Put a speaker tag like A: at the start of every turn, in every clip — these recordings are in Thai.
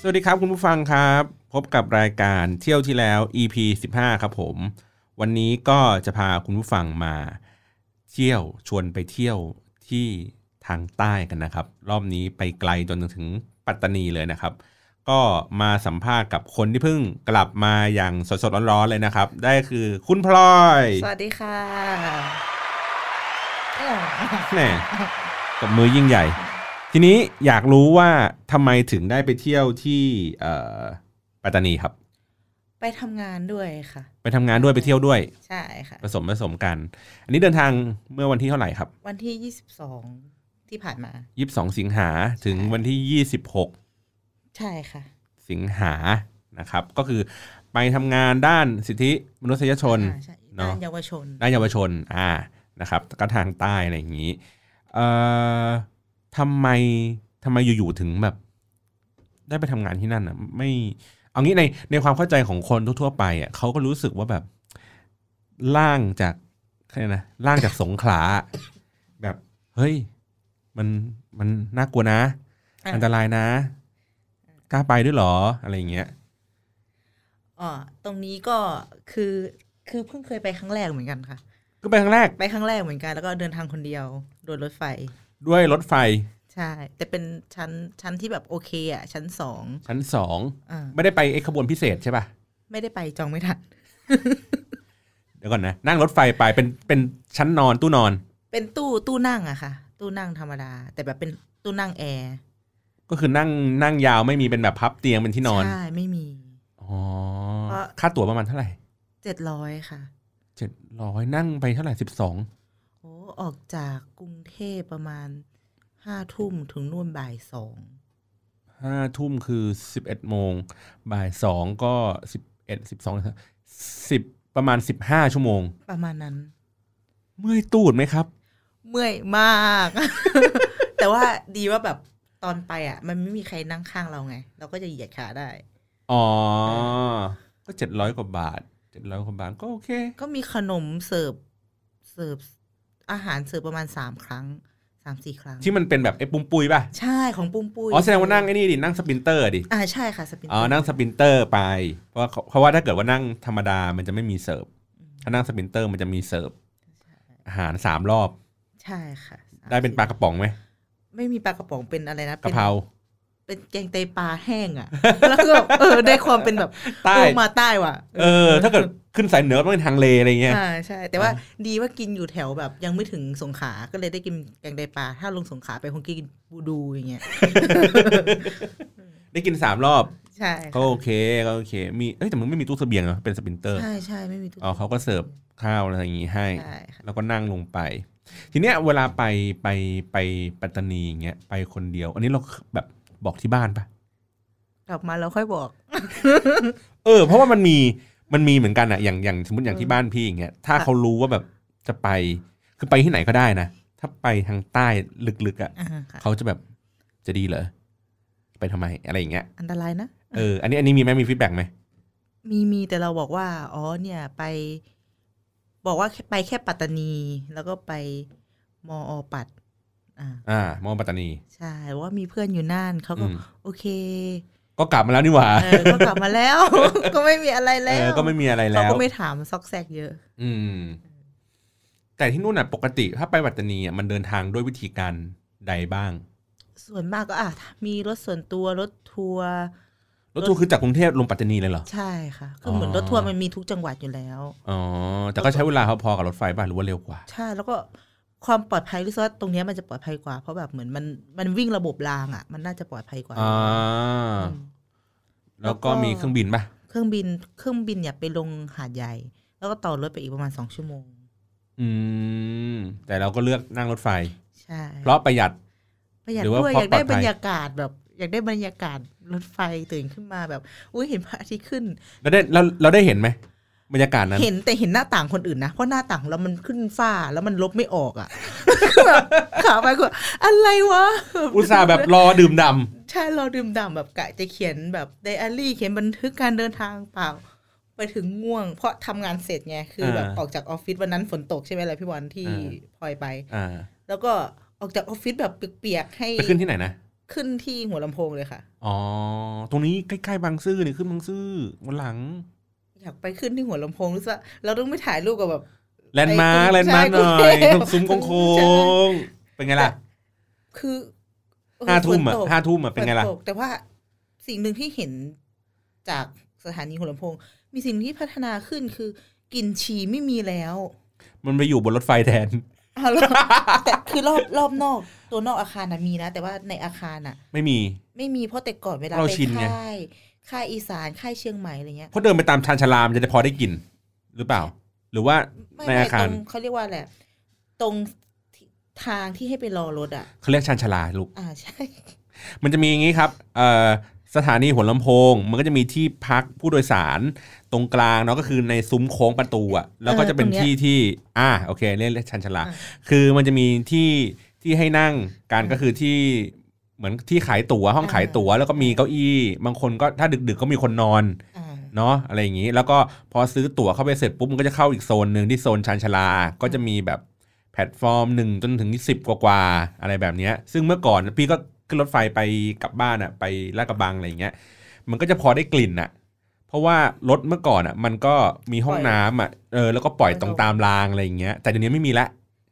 A: สวัสดีครับคุณผู้ฟังครับ พบกับรายการเที่ยวที่แล้ว EP 15 ครับผม วันนี้ก็จะพาคุณผู้ฟังมา เที่ยวชวนไปเที่ยวที่ทางใต้กันนะครับ รอบนี้ไปไกลจนถึงปัตตานีเลยนะครับ ก็มาสัมภาษณ์กับคนที่เพิ่งกลับมาอย่างสดๆร้อนๆเลยนะครับ ได้คือคุณพลอย
B: สวัสดีค่ะเอ้ย
A: แหน่ตบมือยิ่งใหญ่ ทีนี้อยากรู้ว่าทำไมถึงได้ไปเที่ยวที่เอ่อปัตตานีครับ
B: ไปทำงานด้วยค่ะ
A: ไปทำงานด้วยไปเที่ยวด้วย
B: ใช่ค่ะ
A: ผสมผสมกัน อันนี้เดินทางเมื่อวันที่เท่าไหร่ครับ
B: วันที่ 22 ที่ผ่านมา
A: 22 สิงหาถึงวันที่ 26
B: ใช่ค่ะ
A: สิงหานะครับ ก็คือไปทำงานด้านสิทธิมนุษยชน
B: อ่าใช่
A: เนาะ
B: ด้านเยาวชน
A: ด้านเยาวชนอ่านะครับก็ทางใต้อะไรอย่างนี้เอ่อทำไมทำไมอยู่ๆถึงแบบ ได้ไปทำงานที่นั่นอ่ะไม่เอางี้ในในความเข้าใจของคนทั่วๆไปอ่ะเขาก็รู้สึกว่าแบบล่างจากอะไรนะล่างจากสงขลา แบบเฮ้ย มันมันน่ากลัวนะ
B: อ่ะ
A: อันตรายนะกล้าไปด้วยเหรออะไรอย่างเงี้ย
B: อ๋อตรงนี้ก็คือคือเพิ่งเคยไปครั้งแรกเหมือนกันค่ะ
A: ก็ไปครั้งแรก
B: ไปครั้งแรกเหมือนกันแล้วก็เดินทางคนเดียว โดยรถไฟ
A: ด้วยรถไฟ
B: ใช่ แต่เป็นชั้นชั้นที่แบบโอเคอ่ะ ชั้นสอง
A: ชั้นสอง
B: อ่า
A: ไม่ได้ไปไอ้ขบวนพิเศษใช่ป่ะ
B: ไม่ได้ไปจองไม่ทัน
A: เดี๋ยวก่อนนะนั่งรถไฟไปเป็นเป็นชั้นนอนตู้นอน
B: เป็นตู้ตู้นั่งอะค่ะ ตู้นั่งธรรมดา แต่แบบเป็นตู้นั่งแอร์
A: ก็คือนั่งนั่งยาวไม่มีเป็นแบบพับเตียงเป็นที่นอน
B: ใช่ไม่มี
A: อ๋อ
B: เพราะ
A: ค่าตั๋วประมาณเท่าไหร่
B: เจ็ดร้อยค่ะ
A: เจ็ดร้อยนั่งไปเท่าไหร่สิบสอง
B: โอ้ออกจากกรุงเทพประมาณห้าทุ่มถึงนู่นบ่ายสอง
A: ห้าทุ่มคือสิบเอ็ดโมงบ่ายสองก็สิบเอ็ดสิบสองสิบประมาณสิบห้าชั่วโมง
B: ประมาณนั้น
A: เมื่อยตูดไหมครับ
B: เมื่อยมาก แต่ว่าดีว่าแบบตอนไปอ่ะ มันไม่มีใครนั่งข้างเราไง เราก็จะเหยียดขาได้
A: อ๋อ ก็เจ็ดร้อยกว่าบาทเจ็ดร้อยกว่าบาทก็โอเค
B: ก็มีขนมเสิร์ฟเสิร์ฟอาหารเสิร์ฟประมาณสามครั้งสามสี่ครั้ง
A: ที่มันเป็นแบบไอ้ปุ้มปุยป่ะ
B: ใช่ของปุ้มปุ้ย
A: อ๋อ แสดงว่านั่งไอ้นี่ดิ นั่งสปรินเตอร์ดิ
B: อ่าใช่ค่ะสปิน
A: อ๋อ นั่งสปรินเตอร์ไป เพราะว่าเขาเพราะว่าถ้าเกิดว่านั่งธรรมดา มันจะไม่มีเสิร์ฟ ถ้านั่งสปรินเตอร์มันจะมีเสิร์ฟอาหารสามรอบ
B: ใช่ค่ะสม
A: ได้เป็นปลากระป๋องไหม
B: ไม่มีปลากระป๋องเป็นอะไรนะ
A: กะ
B: น
A: เพรา
B: เป็นแกงไตปลาแห้งอ่ะ แล้วก็แบบเออได้ความเป็นแบบ
A: ใต้
B: ลงมาใต้ว่ะ
A: เออ ถ้าเกิดขึ้นสายเหนือต้องเป็นทางเลอะไรเงี้ย
B: อ่าใช่ แต่ว่าดีว่ากินอยู่แถวแบบ ยังไม่ถึงสงขลาก็เลยได้กินแกงไตปลาถ้าลงสงขลาไปคงกินบูดูอย่างเงี้ย
A: ได้กินสามรอบ
B: ใช่
A: ก็โอเคก็โอเค มี เอ้ย แต่มึงไม่มีตู้เสบียงเหรอ เป็นสปรินเตอร์
B: ใช่ใช่ไม่มีทุก
A: อ๋อเขาก็เสิร์ฟข้าวอะไรอย่างงี้ให้
B: ใช่ค่ะ
A: แล้วก็นั่งลงไป ทีเนี้ยเวลาไปไปไปปัตตานีอย่างเงี้ยไปคนเดียว อันนี้เราแบบบอกที่บ้านปะ
B: กลับมาแล้วค่อยบอก
A: เออ เพราะว่ามันมีมันมีเหมือนกันอะอย่างอย่างสมมติอย่างที่บ้านพี่อย่างเงี้ยถ้า
B: ค่ะ
A: เขารู้ว่าแบบจะไปคือไปที่ไหนก็ได้นะ ถ้าไปทางใต้ลึกๆอะ
B: อ่าค่ะ
A: เขาจะแบบจะดีเหรอไปทำไมอะไรอย่างเงี้ย
B: อันตรายนะ
A: เอออันนี้อันนี้มีไหมมีฟีดแบ็กไหม
B: มีมีแต่เราบอกว่า อ๋อเนี่ยไป บอกว่าแค่ไปแค่ปัตตานี แล้วก็ไปมออปัตอ่า
A: อ่ามอปัตตานี
B: ใช่บอกว่ามีเพื่อนอยู่น่านเขา
A: อื
B: ก็
A: ม
B: โอเค
A: ก็กลับมาแล้วนี่หว่า
B: เออก็กลับมาแล้ว ก็ไม่มีอะไร
A: เอ
B: แล้ว
A: อก็ไม่มีอะไร
B: เขา
A: แล้ว
B: ก็ไม่ถามซอกแซกเยอะ
A: อืม แต่ที่นู่นน่ะ ปกติถ้าไปปัตตานีอ่ะมันเดินทางด้วยวิธีการใดบ้าง
B: ส่วนมากก็อ่ะมีรถส่วนตัวรถทัวร์
A: รถทัวร์คือจากกรุงเทพลงปัตตานีเลยเหรอ
B: ใช่ค่ะคือเหมือน
A: อ๋อ
B: รถทัวร์มันมีทุกจังหวัดอยู่แล้ว
A: อ๋อ แต่ก็ใช้เวลาพอๆกับรถไฟบ้างหรือว่าเร็วกว่า
B: ใช่แล้วก็ความปลอดภัยรู้สึกว่าตรงเนี้ยมันจะปลอดภัยกว่า เพราะแบบเหมือนมันมันวิ่งระบบรางอ่ะ มันน่าจะปลอดภัยกว่า
A: อ่า
B: อืม
A: แล้วก็
B: แล้วก็
A: มีเครื่องบินป่ะ
B: เครื่องบินเครื่องบินเนี่ยไปลงหาดใหญ่ แล้วก็ต่อรถไปอีกประมาณสองชั่วโมง
A: อืม แต่เราก็เลือกนั่งรถไฟ
B: ใช ใช่
A: เพราะประหยัด
B: ประหยัด
A: หรือว่า
B: ด้วย
A: เพราะ
B: อยากได้
A: ปลอดภั
B: บร
A: ย
B: รยากาศแบบ อยากได้บรรยากาศรถไฟตื่นขึ้นมาแบบ อุ้ยเห็นพระอาทิตย์ขึ้น
A: แล้วได้เราเราได้เห็นไหมบรรยากาศนั้น
B: เห็นแต่เห็นหน้าต่างคนอื่นนะ เพราะหน้าต่างของเรามันขึ้นฝ้าแล้วมันลบไม่ออก อ่ะ แบบขาไปก็อะไรวะ
A: อุตส่าห์แบบรอดื่มด
B: ใช่เราดื่มด่ำแบบกะจะเขียนแบบไดอารี่เขียนบันทึกการเดินทางเปล่า ไปถึงง่วง เพราะทำงานเสร็จไงคืออา แบบออกจากออฟฟิศวันนั้นฝนตกใช่ไหมล่ะพี่บอลที่
A: อ่า
B: พลอยไป
A: ำอ่า
B: แล้วก็ออกจากออฟฟิศแบบเปียกๆให้
A: ไปขึ้นที่ไหนนะ
B: ขึ้นที่หัวลำโพงเลยค่ะ
A: อ๋อตรงนี้ใกล้ๆบางซื่อนี่ขึ้นบางซื่อวันหลัง
B: อยากไปขึ้นที่หัวลำโพงรู้สึกว่าเราต้องไปถ่ายรูปกับแบบ
A: แลนด์มาร์
B: ไป
A: แลนด์มาร์
B: ใช่
A: หน่อย
B: กรุงเทพ
A: ตรงซุ้มโค้
B: ใช่
A: งๆเป็นไงล่ะ
B: คือเออ
A: ห้าทุ่ม
B: ฝ
A: อ่ะ
B: นตก
A: ห้าทุ่มอ่ะเป็นไงล่ะ
B: ฝตกแต่ว่าสิ่งหนึ่งที่เห็นจากสถานีหัวลำโพง มีสิ่งที่พัฒนาขึ้นคือกลิ่นฉี่ไม่มี แล้ว
A: มันไปอยู่บนรถไฟแทน
B: อ้าวเหรอ แต่คือรอบรอบนอก ตัวนอกอาคารนะมีนะ แต่ว่าในอาคารน่ะ
A: ไม่มี
B: ไม่มีเพราะแต่ก่อนเวลา
A: เรา
B: ไป
A: ชินไง
B: ค่ายค่ายอีสานค่ายเชียงใหม่อะไรเงี้ย
A: เพราะเดินไปตามชานชาลามนจะได้พอได้กลิ่นหรือเปล่า หรือว่า
B: ไม่
A: ใน
B: ไม่
A: อาคา
B: ตร
A: รง
B: เขาเรียกว่าแหละไรตรงที่ทางที่ให้ไปรอรถอ่ะ
A: เขาเรียกชานชาลาลูก
B: อ่าใช่
A: มันจะมีอย่างนี้ครับเอ่อสถานีหัวลำโพง มันก็จะมีที่พักผู้โดยสารตรงกลางเนาะก็คือในซุ้มโค้งประตูอะแล้วก็จะเป็น
B: เออตรงเนี้ย
A: ที่ที่อ่าโอเคเรียกเรียกชันชาลา
B: อ่ะ
A: คือมันจะมีที่ที่ให้นั่งการ
B: อ่ะ
A: ก็คือที่เหมือนที่ขายตั๋วห้องขายตั๋ว แล้วก็มีเก้าอี้ บางคนก็ถ้าดึกๆก็มีคนนอน
B: อ่า
A: เนาะอะไรอย่างนี้ แล้วก็พอซื้อตั๋วเข้าไปเสร็จปุ๊บมันก็จะเข้าอีกโซนหนึ่งที่โซนชานชาลา ก็จะมีแบบแพลตฟอร์มหนึ่งจนถึงสิบกว่าๆอะไรแบบเนี้ย ซึ่งเมื่อก่อนพี่ก็ขึ้นรถไฟไปกลับบ้านอะไปลาดกระบังอะไรอย่างเงี้ย มันก็จะพอได้กลิ่นอะเพราะว่ารถเมื่อก่อนอะมันก็มีห้องน้ำอะเออแล้วก็ปล่อยตรงตามรางอะไรอย่างเงี้ย แต่เดี๋ยวนี้ไม่มีละ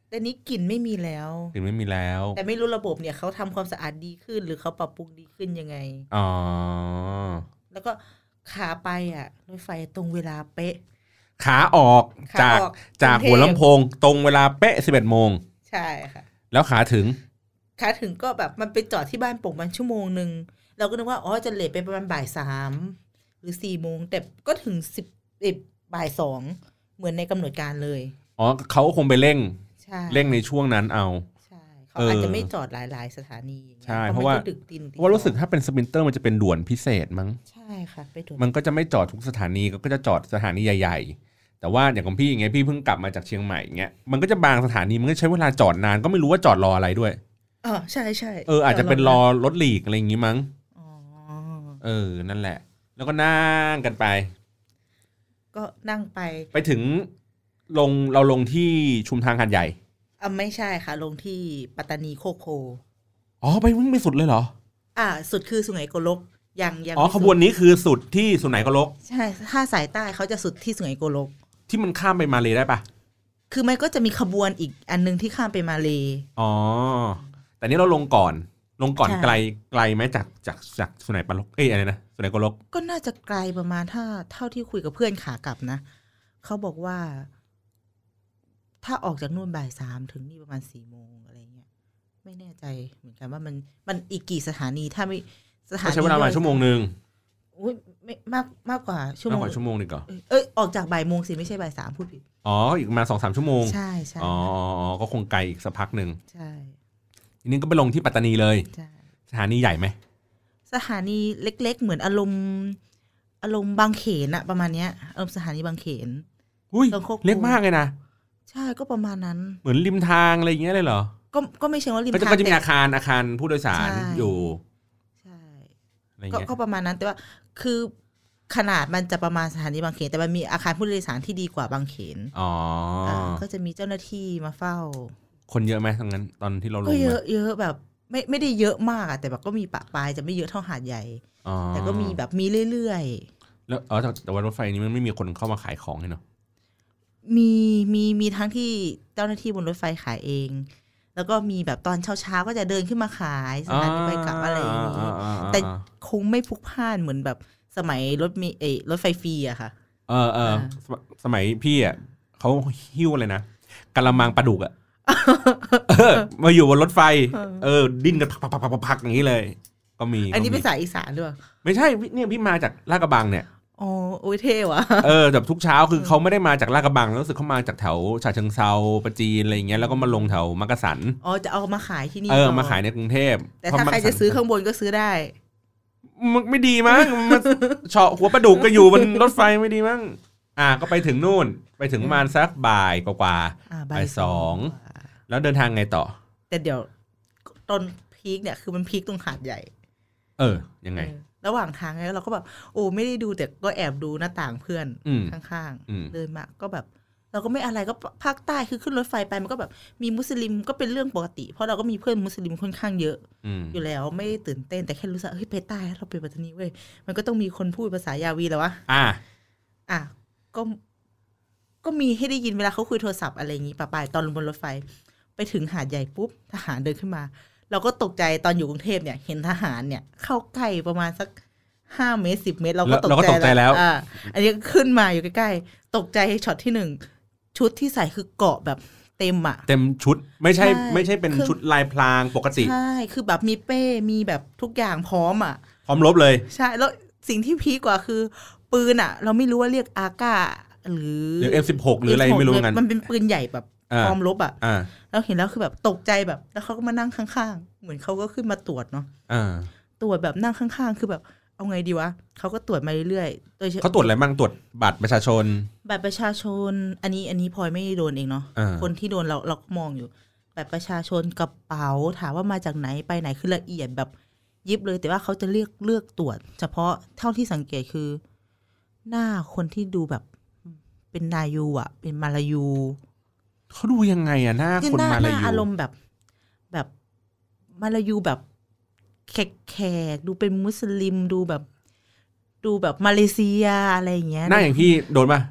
B: แต่นี้กลิ่นไม่มีแล้ว
A: กลิ่นไม่มีแล้ว
B: แต่ไม่รู้ระบบเนี่ยเขาทำความสะอาดดีขึ้น หรือเขาปรับปรุงดีขึ้นยังไง
A: อ๋อ
B: แล้วก็ขาไปอ่ะรถไฟตรงเวลาเป๊ะ
A: ขาออก
B: ขา
A: จาก
B: ออก
A: จาก
B: กรุงเทพ
A: หัวลำโพงตรงเวลาเป๊ะ11โมง
B: ใช่ค่ะ
A: แล้วขาถึง
B: ขาถึงก็แบบมันไปจอดที่บ้านโป่งมันชั่วโมงหนึ่งเราก็นึกว่าอ๋อจะเลทไปประมาณบ่ายสามหรือสี่โมงแต่ก็ถึงสิบเอ็ดบ่ายสองเหมือนในกำหนดการเลย
A: อ๋อเขาคงไปเร่ง
B: ใช่
A: เร่งในช่วงนั้นเอา
B: ใช่เขาอาจ
A: เออ
B: จะไม่จอดหลาย ๆ สถานีอย่างงี้ย
A: ใช่เพราะว่า
B: มันก็ดึกดิน
A: เพราะว่ารู้สึกถ้าเป็นสปรินเตอร์มันจะเป็นด่วนพิเศษมั้ง
B: ใช่ค่ะ ไปถึง
A: มันก็จะไม่จอดทุกสถานีก็จะจอดสถานีใหญ่ๆ แต่ว่าอย่างของพี่อย่างเงี้ยพี่เพิ่งกลับมาจากเชียงใหม่อย่างเงี้ยมันก็จะบางสถานีมันก็ใช้เวลาจอดนานก็ไม่รู้ว่าจอดรออะไรด้วย
B: อ๋อใช่ใช่
A: เอออาจจะเป็นรอรถหลีกอะไรอย่างงี้มั้ง
B: อ๋อ
A: เออนั่นแหละ แล้วก็นั่งกันไป
B: ก็นั่งไป
A: ไปถึงลงเราลงที่ชุมทางหัดใหญ่
B: อ่ะไม่ใช่ค่ะ ลงที่ปัตตานีโคกโค
A: อ๋อไปวิ่งไปสุดเลยเหรอ
B: อ่า สุดคือสุไหงโกลกยังยัง
A: อ๋อ
B: ไม่
A: ข
B: สุด
A: บวนนี้คือสุดที่สุไหนก็ลก
B: ใช่ถ้าสายใต้เขาจะสุดที่สุไหงโกลก
A: ที่มันข้ามไปมาเลยได้ปะ
B: คือมันก็จะมีขบวนอีกอันหนึงที่ข้ามไปมาเล
A: อ๋อ แต่นี่เราลงก่อน ลงก่อน
B: ใช่
A: ไกลไกลไหมจากจากจากสุไหนปาลกเอ้ยอะไรนะสุไหนโกลก
B: ก็น่าจะไกลประมาณถ้าเท่าที่คุยกับเพื่อนขากลับนะเขาบอกว่า ถ้าออกจากนู่นบ่ายสามถึงนี่ประมาณสี่โมงอะไรเงี้ยไม่แน่ใจเหมือนกันว่ามันมันอีกกี่สถานีถ้าไม่สถา
A: ก็
B: นี
A: ใช้เวลาประมาณชั่วโมงหนึ่ง
B: อุ้ยไม่มากมากกว่าชั่ว
A: มาก
B: โมง
A: กว่าชั่วโมงหนึ่งก่อน
B: เอ้ยออกจากบ่ายโมงสิไม่ใช่บ่ายสามพูดผิด
A: อ๋อ อีกประมาณสองสามชั่วโมง
B: ใช่ใช่
A: อ๋ออ๋ออ๋อก็คงไกลอีกสักพักหนึ่ง
B: ใช่
A: ทีนี้ก็ไปลงที่ปัตตานีเลย
B: ใช่
A: สถานีใหญ่ไหม
B: สถานีเล็ก ๆ เหมือนอารมณ์อารมณ์บางเขนอะประมาณเนี้ยอารมณ์สถานีบางเขน
A: อุ้ย
B: ลงโคก
A: เล็กมากเลยนะ
B: ใช่ก็ประมาณนั้น
A: เหมือนริมทางอะไรอย่างเงี้ยเลยเหรอ
B: ก็ก็ไม่เชิงว่าริม
A: ก็จะ
B: ทาง
A: ก็จะมี
B: แต่
A: อาคารอาคารผู้โดยสาร
B: ใช่
A: อยู่
B: ใช่
A: อะไรอย่าง
B: ก็
A: เงี้ย
B: ก็ประมาณนั้นแต่ว่าคือขนาดมันจะประมาณสถานีบางเขน แต่มันมีอาคารผู้โดยสารที่ดีกว่าบางเขน
A: อ๋ออา
B: ก็จะมีเจ้าหน้าที่มาเฝ้า
A: คนเยอะไหมตรงนั้นตอนที่เราล
B: ก็
A: ง
B: เยอะเยอะแบบไม่ไม่ได้เยอะมากอะแต่แบบก็มีปะปายจะไม่เยอะเท่าหาดใหญ่
A: อ๋อ
B: แต่ก็มีแบบมีเรื่อยๆ
A: แล้วอ๋อแต่แต่ว่ารถไฟนี้มันไม่มีคนเข้ามาขายของเลยเนาะ
B: มีมีมีทั้งที่เจ้าหน้าที่บนรถไฟขายเอง แล้วก็มีแบบตอนเช้าๆก็จะเดินขึ้นมาขายสถานีไปกลับอะไรอย่างนี้
A: อ่า
B: แต่
A: อ่า
B: คงไม่พลุกพล่านเหมือนแบบสมัยรถมีเอยรถไฟฟรีอะค่ะ
A: เออเออ
B: อ่า
A: สมสมัยพี่อ่ะเขาหิ้วอะไรนะกะละมังปลาดุกอ่ะเออมาอยู่บนรถไฟ เออ ดิ้นกันพักพักพักพักพักอย่างนี้เลย ก็มี
B: อันนี้
A: ก็
B: เป็
A: มี
B: นสายอีสานด้วย
A: ไม่ใช่พี่เนี่ยพี่มาจากลาดกระบังเนี่ย
B: อ๋อโอ้ยเท่ว่ะ
A: เออแบบทุกเช้าคือเขาไม่ได้มาจากลาดกระบังแล้วรู้สึกเขามาจากแถวฉะเชิงเซาปราจีนอะไรอย่างเงี้ยแล้วก็มาลงแถวมักกะสัน
B: อ๋อจะเอามาขายที่นี่
A: เออ
B: ก่น
A: มาขายในกรุงเทพ
B: แต่ถ้าใครจะซื้อข้างบนก็ซื้อได้
A: มันไม่ดีมั้งมันเฉาะหัวประดุกก็อยู่บนรถไฟไม่ดีมั้งอ่ะก็ไปถึงนู่น ไปถึงประมาณสักบ่ายกว่า
B: อ่า
A: บ่ายสอง ๆแล้วเดินทางไงต่อ
B: แต่เดี๋ยวตอนพีคเนี่ยคือมันพีคตรงหาดใหญ่
A: เออ ยังไง
B: เออระหว่างทางเนี่ยเราก็แบบโอ้ไม่ได้ดูแต่ก็แอบดูหน้าต่างเพื่อน
A: อืม
B: ข้าง
A: อืม
B: เดินมาก็แบบ เราก็ไม่อะไรก็ภาคใต้คือขึ้นรถไฟไปมันก็แบบมีมุสลิมก็เป็นเรื่องปกติ เพราะเราก็มีเพื่อนมุสลิมค่อนข้างเยอะ
A: อืม
B: อยู่แล้วไม่ได้ตื่นเต้นแต่แค่รู้สึกเฮ้ยไปใต้แล้วเราไปปัตตานีเว้ยมันก็ต้องมีคนพูดภาษายาวีแล้ววะ
A: อ่ะ
B: อ่ะก็ก็มีให้ได้ยินเวลาเขาคุยโทรศัพท์อะไรอย่างนี้ป่ะไปตอนลงบนรถไฟ ไปถึงหาดใหญ่ปุ๊บทหารเดินขึ้นมา เราก็ตกใจตอนอยู่กรุงเทพเนี่ย เห็นทหารเนี่ย เข้าใกล้ประมาณสักห้าเมตรสิบเมตร เราก็
A: เราก็ตกใจแล้ว
B: อ่ะอันนี้ก็ขึ้นมาอยู่ใกล้ๆตกใจช็อตที่หนึ่งชุดที่ใส่คือเกาะแบบเต็มอ่ะ
A: เต็มชุดไม่ใช่
B: ใช่
A: ไม่ใช่เป็น
B: เครื่อง
A: ชุดลายพลางปกติ
B: ใช่คือแบบมีเป้มีแบบทุกอย่างพร้อมอ่ะ
A: พร้อมลบเลย
B: ใช่แล้วสิ่งที่พีคกว่าคือ ปืนอ่ะ เราไม่รู้ว่าเรียกอาก้าหรือ
A: หรือ M16 หรืออะไรไม่รู้เหมือนกัน
B: มันเป็นปืนใหญ่แบบ
A: อ่า
B: พร้อมลบอ่ะ
A: อ่า
B: เราเห็นแล้วคือแบบตกใจแบบ แล้วเขาก็มานั่งข้างๆ เหมือนเขาก็ขึ้นมาตรวจเนาะ
A: อ่า
B: ตรวจแบบนั่งข้างๆ คือแบบเอาไงดีวะเขาก็ตรวจมาเรื่อยๆโดยเฉ
A: เขาตรวจอะไรบ้างตรวจบัตรประชาชน
B: บัตรประชาชน อันนี้อันนี้พลอยไม่โดนเองเนาะ
A: อ่า
B: คนที่โดนเราเราก็มองอยู่บัตรประชาชนกระเป๋าถามว่ามาจากไหนไปไหนคือละเอียดแบบยิบเลย แต่ว่าเขาจะเลือกเลือกตรวจ เฉพาะเท่าที่สังเกตคือ หน้าคนที่ดูแบบเป็นนายูอ่ะ เป็นมาลายู
A: เขาดูยังไงอะหน้า
B: คือ
A: คน
B: หน้า
A: มา
B: ห
A: ลา
B: น้า
A: ยู
B: อารมณ์แบบแบบมาลายูแบบแขกแขกๆดูเป็นมุสลิมดูแบบ ดูแบบมาเลเซียอะไรอย่างเงี้ย
A: หน้าอย่างพี่โดนป่ะ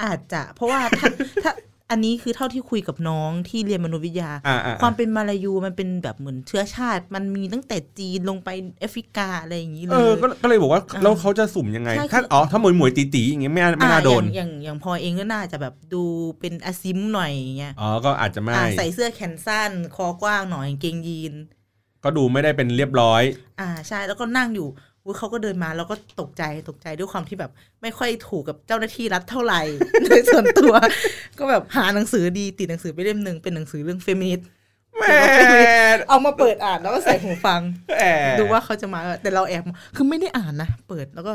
B: อาจจะ เพราะว่าถ้าถ้าอันนี้คือเท่าที่คุยกับน้องที่เรียนมนุษยวิทยา
A: อ่าอ่า
B: ความเป็นมาลายูมันเป็นแบบเหมือนเชื้อชาติ มันมีตั้งแต่จีนลงไปแอฟริกาอะไรอย่างนี้เล
A: เอย อก็ก็เลยบอกว่า
B: อ่า
A: แล้วเขาจะสุ่มยังไง
B: ใช่คือ
A: ถ้าอ๋อถ้าหมวยหมวยตีตีอย่างเงี้ยไม่น่าไม่น่า
B: อ่ะ
A: โดน
B: อย่างอย่างอย่างพลอยเองก็น่าจะแบบดูเป็นอาซิมหน่อยอย่างเงี้ย
A: อ๋อก็อาจจะไม่
B: อ่ะใส่เสื้อแขนสั้น คอกว้างหน่อยกางเกงยีน
A: ก็ดูไม่ได้เป็นเรียบร้อย
B: อ่าใช่แล้วก็นั่งอยู่อุ๊ยเขาก็เดินมาแล้วก็ตกใจตกใจด้วยความที่แบบ ไม่ค่อยถูกกับเจ้าหน้าที่รัฐเท่าไหร่ ในส่วนตัว ก็แบบหาหนังสือดีติดหนังสือไปเล่มหนึ่งเป็นหนังสือเรื่องเฟมินิสต์
A: แหม
B: เอามาเปิดอ่านแล้วก็ใส่หูฟัง
A: แหม
B: ดูว่าเขาจะมาแต่เราแอบคือไม่ได้อ่านนะ เปิดแล้วก็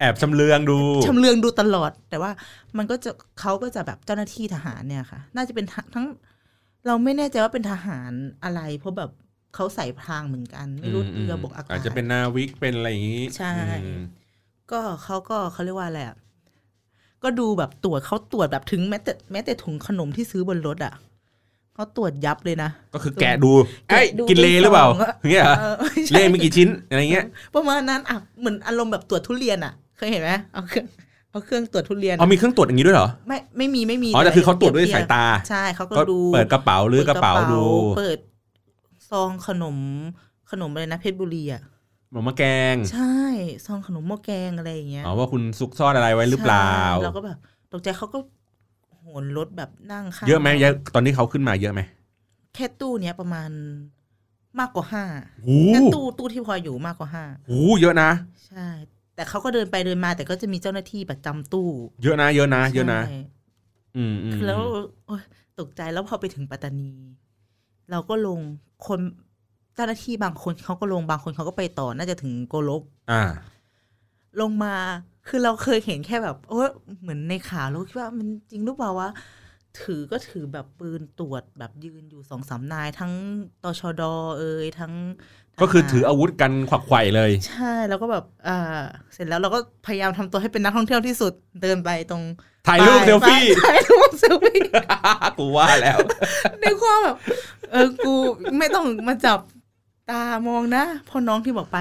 A: แอบชำเลืองดู
B: ชำเลืองดูตลอด แต่ว่ามันก็จะเขาก็จะแบบเจ้าหน้าที่ทหารเนี่ยค่ะ น่าจะเป็นทะทั้ง เราไม่แน่ใจว่าเป็นทหารอะไร เพราะแบบเขาใส่พรางเหมือนกัน ไม่รู้เรือบกอากาศ
A: จจะเป็นนาวิกเป็นอะไรอย่างนี้
B: ใช่
A: อืม
B: ก็เขาก็เขาเรียกว่าอะไรอ่ะ ก็ดูแบบตรวจเขาตรวจแบบถึงแม้แต่แม้แต่ถุงขนมที่ซื้อบนรถอ่ะเขาตรวจยับเลยนะ
A: ก็คือแกะดู
B: แกะ
A: เอ้ย
B: ดู
A: กินเลหรือเปล่า
B: ดูซองอะ
A: อย่างเงี้ยเหรอ
B: เออไม่ใช่
A: เล่ไม่กี่ชิ้นอะไรเงี้ย
B: ประมาณนั้นอ่ะเหมือนอารมณ์แบบตรวจทุเรียนอ่ะ เคยเห็นไหมเอาเครื่องเอาเครื่องตรวจทุเรียน
A: อ๋อมีเครื่องตรวจอย่างนี้ด้วยเหรอ
B: ไม่ไม่มีไม่มี
A: อ๋อแต่คือเขาตรวจด้วยสายตา
B: ใช่เขาก็
A: ก็
B: ดู
A: เปิดกระเป๋าหรือกระเป๋าดู
B: เปิดซองขนมขนมอะไรนะเพชรบุรีอ่ะ
A: หมอมะแกง
B: ใช่ซองขนมหม้อแกงอะไรอย่างเงี้ย
A: อ๋อว่าคุณซุกซ่อนอะไรไว้หรือเปล่า
B: ใช่เราก็แบบตกใจเขาก็โหนรถแบบนั่งข้าง
A: เยอะไหมเยอะตอนนี้เขาขึ้นมาเยอะไหม
B: แค่ตู้เนี้ยประมาณมากกว่าห้า
A: หู
B: แค่ตู้ตู้ที่พลอยอยู่มากกว่าห้า
A: หูเยอะนะ
B: ใช่ แต่เขาก็เดินไปเดินมาแต่ก็จะมีเจ้าหน้าที่ประจำตู้
A: เยอะนะ เยอะนะ เยอะนะ
B: ใช่
A: อืมอืม
B: แล้วโอ๊ยตกใจแล้วพอไปถึงปัตตานี เราก็ลงคนเจ้าหน้าที่บางคนเขาก็ลงบางคนเขาก็ไปต่อน่าจะถึงโกลก
A: อ่า
B: ลงมาคือเราเคยเห็นแค่แบบโอ้เหมือนในข่าวเราคิดว่ามันจริงหรือเปล่าวะถือก็ถือแบบปืนตรวจแบบยืนอยู่สองสามนาย ทั้งตชดเอ่ยทั้ง
A: ก็คือ
B: ทหาร
A: ถืออาวุธกันขวักไขว่เลย
B: ใช่แล้วก็แบบอ่าเสร็จแล้วเราก็พยายามทำตัวให้เป็นนักท่องเที่ยวที่สุดเดินไปตรง
A: ถ่ายรูป
B: ป้
A: เซล ฟี่
B: ถ่ายรูปเซลฟี่
A: กูว่าแล้ว
B: ในความแบบ เออกูไม่ต้องมาจับตามองนะเพอน้องที่บอกไป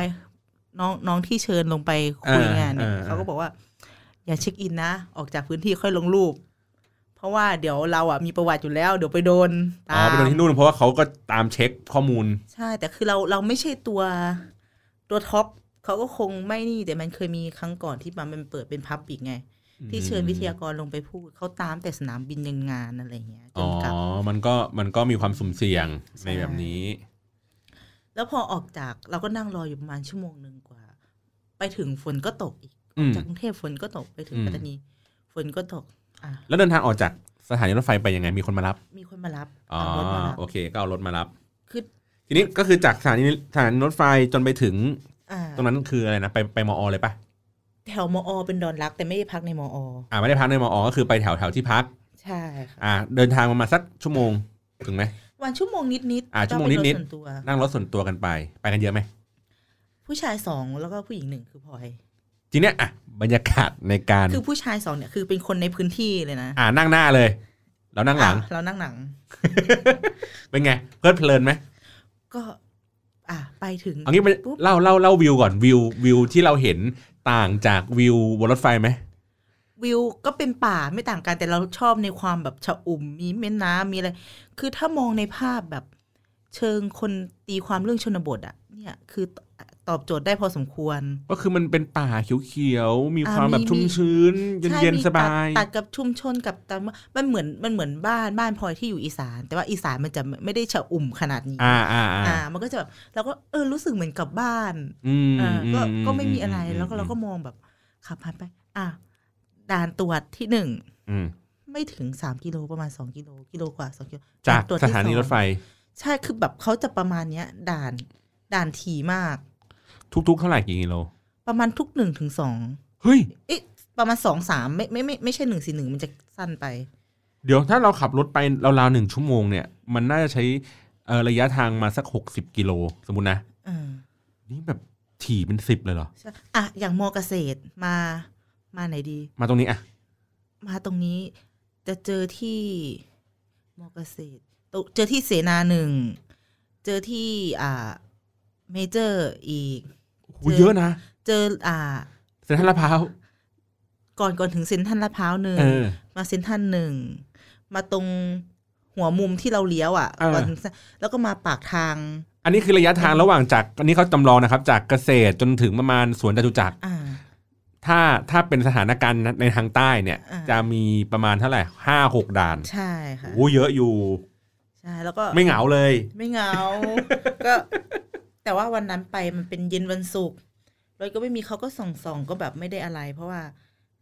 B: น้องน้องที่เชิญลงไปคุยงานเนี่ย
A: อ่าอ่า
B: เขาก็บอกว่า อย่าเช็คอินนะ ออกจากพื้นที่ค่อยลงรูป เพราะว่าเดี๋ยวเราอ่ะมีประวัติอยู่แล้ว เดี๋ยวไปโดน
A: อ๋อ
B: ตาม
A: ไปโดนที่นู่นเพราะว่าเขาก็ตามเช็คข้อมูล
B: ใช่ แต่คือเราเราไม่ใช่ตัวตัวท็อปเขาก็คงไม่นี่แต่มันเคยมีครั้งก่อนที่มันเปิดเป็นพับอีกไง ที่เชิญวิทยากรลงไปพูดเขาตามแต่สนามบินยันงานอะไรอย่างเงี้ยจ
A: อ๋อ
B: นกลับ
A: มันก็มันก็มีความสุ่มเสี่ยงในแบบนี้
B: แล้วพอออกจากเราก็นั่งรออยู่ประมาณชั่วโมงหนึ่งกว่า ไปถึงฝนก็ตกอีก
A: อืม
B: จากกรุงเทพฝนก็ตกไปถึง
A: อืม
B: ปัตตานีฝนก็ตก อ่ะ
A: แล้วเดินทางออกจากสถานีรถไฟไปยังไงมีคนมารับ
B: มีคนมารับ
A: อ๋อ
B: เอารถมารับ
A: โอเค ก็เอารถมารับ
B: คือ
A: ทีนี้ก็คือจากสถานีสถานีรถไฟจนไปถึง
B: อ่า
A: ตรงนั้นคืออะไรนะไปไปมอเลยปะ
B: แถวมอเป็นดอนรัก แต่ไม่ได้พักในมอ
A: อ่าไม่ได้พักในมอก็คือไปแถวแถวที่พัก
B: ใช่ค่ะ
A: อ่า เดินทางประมาณสักชั่วโมงถึงไหม
B: วันชั่วโมงนิดนิดๆ
A: อ่าชั่วโมง
B: ต้องเป็
A: นิดๆ
B: รถส่วนตัว
A: นั่งรถส่วนตัวกันไป ไปกันเยอะไหม
B: ผู้ชายสองแล้วก็ผู้หญิงหนึ่งคือพลอย
A: ทีเนี้ยอ่ะบรรยากาศในการ
B: คือผู้ชายสองเนี่ยคือเป็นคนในพื้นที่เลยนะ
A: อ่านั่งหน้าเลยแล้วนั่งหลัง
B: อ่ะเรานั่งหลัง
A: เป็นไงเพลิดเพลินไหม
B: ก็ อ่ะไปถึง
A: เอางี้ไป
B: ปุ๊บ
A: เล่าเล่าเล่าวิวก่อนวิววิวที่เราเห็นต่างจากวิวบนรถไฟไหม
B: วิวก็เป็นป่าไม่ต่างกันแต่เราชอบในความแบบชะอุ่มมีแม่น้ำมีอะไร คือถ้ามองในภาพแบบเชิงคนตีความเรื่องชนบทอะเนี่ยคือตอบโจทย์ได้พอสมควร
A: ก็คือมันเป็นป่าเขียวๆมี
B: อ่า
A: ความแบบ
B: มี
A: ชุ่มชื้น
B: ใช่
A: เย็น
B: มี
A: ๆสบาย
B: ตัดตัดกับชุมชนกับตามมันเหมือนมันเหมือนบ้านบ้านพลอยที่อยู่อีสาน แต่ว่าอีสานมันจะไม่ได้ชะอุ่มขนาดนี้
A: อ่าอ่าอ่า
B: อ่า มันก็จะแบบเราก็เออรู้สึกเหมือนกลับบ้าน
A: อืม
B: อ่าก็
A: อื
B: ก็ไม่มีอะไร
A: ม
B: แล้วก็เราก็มองแบบขับผ่านไป อ่ะด่านตรวจที่หนึ่ง
A: อืม
B: ไม่ถึงสามกิโลประมาณสองกิโลกิโลกว่าสองกิโล
A: จาก
B: ด่นตวจ
A: ส
B: ที่
A: ถานีรถไฟ
B: องใช่คือแบบเขาจะประมาณเนี้ย ด่านด่านถี่มาก
A: ทุกๆเท่าไหร่กี่กิโล
B: ประมาณทุกหนึ่งถึงสอง
A: เฮ้ย
B: เอ๊ะประมาณสองสามไม่ไม่ไม่ไม่ใช่หนึ่งสี่หนึ่งมันจะสั้นไป
A: เดี๋ยวถ้าเราขับรถไปราวๆหนึ่งชั่วโมงเนี่ย มันน่าจะใช้เอ่อระยะทางมาสักหกสิบกิโลสมมตินะ
B: อ่า
A: นี่แบบถี่เป็นสิบเลยเหรอ
B: ใช่อ่ะอย่างมอเกษตรมามาไหนดี
A: มาตรงนี้อ่ะ
B: มาตรงนี้จะเจอที่มอเกษตรตรงเจอที่เสนาหนึ่ง เจอที่อ่าเมเจอร์อีก
A: โอ้โหเยอะนะ
B: เจออ่า
A: เซ็นทรัลลาดพร้าว
B: ก่อนก่อนถึงเซ็นทรัลลาดพร้าวหนึ่ง
A: เออ
B: มาเซ็นทรัลหนึ่ง มาตรงหัวมุมที่เราเลี้ยวอ่ะ
A: เออ
B: ก่อนถึงเซ็นแล้วก็มาปากทาง
A: อันนี้คือระยะทางระหว่างจาก อันนี้เขาจำลองนะครับ จากเกษตรจนถึงประมาณสวนจตุจักร
B: อ่า
A: ถ้าถ้าเป็นสถานการณ์ในทางใต้เนี่ย
B: อ่า
A: จะมีประมาณเท่าไหร่ห้าหกด่าน
B: ใช่ค่ะ
A: โอ้เยอะอยู่
B: ใช่แล้วก็
A: ไม่เหงาเลย
B: ไม่เหงา ก็ แต่ว่าวันนั้นไปมันเป็นเย็นวันศุกร์รถก็ไม่มีเขาก็ส่องส่องๆก็แบบไม่ได้อะไร เพราะว่า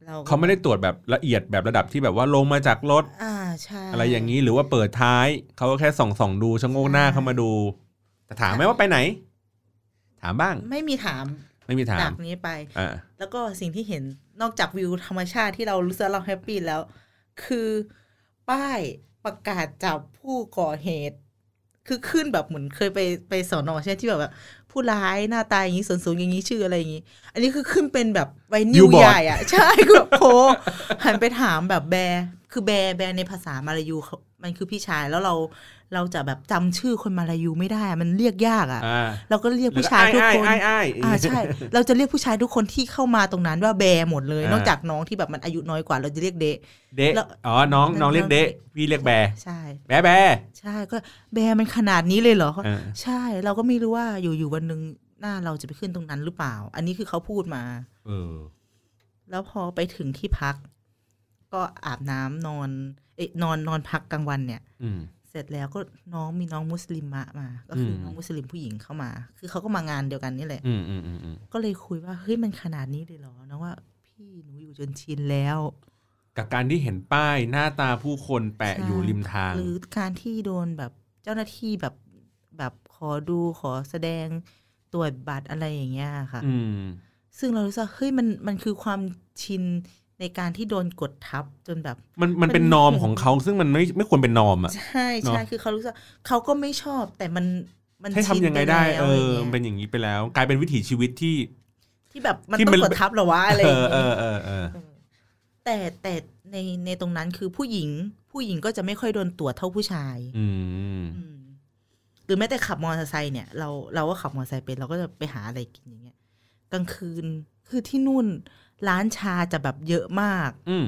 B: เราก็
A: เขาไม่ได้ตรวจแบบละเอียดแบบระดับที่แบบว่าลงมาจากรถ
B: อ่าใช่
A: อะไรอย่างนี้หรือว่าเปิดท้ายเขาก็แค่ส่องส่องๆดูชะโงกหน้าเข้ามาดู แต่ถามไหมว่าไปไหน ถามบ้าง
B: ไม่มีถาม
A: ไม่มีถา
B: จาม กนี้ไป
A: อ่า
B: แล้วก็สิ่งที่เห็นนอกจากวิวธรรมชาติที่เรารู้สึกเราแฮปปี้แล้ว คือป้ายประกาศจับผู้ก่อเหตุ คือขึ้นแบบเหมือนเคยไปไปสอนอใช่ไหมที่แบบว่าผู้ร้ายหน้าตายอย่างนี้ส่วนสูงอย่างนี้ชื่ออะไรอย่างนี้ อันนี้คือขึ้นเป็นแบบไวนิวใหญ่อะใช่คือแบบโหหันไปถามแบบแบร์คือแบร์แบร์ในภาษามาลายูเขามันคือพี่ชายแล้วเราเราจะแบบจำชื่อคนมาลายูไม่ได้อะมันเรียกยากอะ
A: อ่า
B: เราก็เรียกผู้ชายทุกคน
A: อ้ายอ้าย
B: อ่า
A: อ้าย
B: ใช่ เราจะเรียกผู้ชายทุกคนที่เข้ามาตรงนั้นว่าแบร์หมดเลย นอกจากน้องที่แบบมันอายุน้อยกว่าเราจะเรียกเดะ
A: เดะ
B: แล้ว
A: อ๋อน้องน้องเรียกเดะพี่เรียกแบร์
B: ใช่
A: แบร์แบร์
B: ใช่ก็แบร์มันขนาดนี้เลยเหรอ
A: อ่า
B: ใช่ เราก็ไม่รู้ว่าอยู่ๆวันหนึ่งหน้าเราจะไปขึ้นตรงนั้นหรือเปล่า อันนี้คือเขาพูดมา
A: เออ
B: แล้วพอไปถึงที่พัก ก็อาบน้ำนอน เอ๊ะนอนนอนพักกลางวันเนี่ย
A: อืม
B: เสร็จแล้วก็น้องมีน้องมุสลิมมามา ก็คืออ
A: ม
B: น้องมุสลิมผู้หญิงเข้ามา คือเขาก็มางานเดียวกันนี่แหละ
A: อืมอืมอืมอืม
B: ก็เลยคุยว่าเฮ้ยมันขนาดนี้เลยเหรอน้องว่าพี่หนูอยู่จนชินแล้ว
A: กับการที่เห็นป้ายหน้าตาผู้คนแปะ
B: ใช่
A: อยู่ริมทาง
B: หรือการที่โดนแบบเจ้าหน้าที่แบบแบบขอดูขอแสดงตรวจบัตรอะไรอย่างเงี้ยค่ะ
A: อืม
B: ซึ่งเรารู้สึกว่าเฮ้ยมันมันคือความชินในการที่โดนกดทับจนแบบ
A: มันมันเป็น
B: มัน
A: นอมของเขาซึ่งมันไม่ไม่ควรเป็นนอมอ่ะ
B: ใช่
A: เนอะ
B: ใช่คือเขารู้สึกว่าเขาก็ไม่ชอบแต่มันมัน
A: ให้ทำ
B: ชิน
A: ยังไงได้
B: ปแล้ว
A: เออ
B: อะไร
A: มันเป็
B: เงี้ย
A: นอย่างนี้ไปแล้ว กลายเป็นวิถีชีวิตที่
B: ที่แบบมัน
A: ที่
B: ต้อ
A: มัน
B: งกดทับเหรอวะอะไรอ
A: เอย่าง อ
B: เงี้ย
A: เออเออเออ
B: แต่แต่ในในตรงนั้นคือผู้หญิง ผู้หญิงก็จะไม่ค่อยโดนตรวจเท่าผู้ชาย
A: อืม
B: อืมหรือแม้แต่ขับมอเตอร์ไซค์เนี่ยเราเราก็ขับมอเตอร์ไซค์เป็นเราก็จะไปหาอะไรกินอย่างเงี้ยกลางคืนคือที่นู่นร้านชาจะแบบเยอะมาก
A: อืม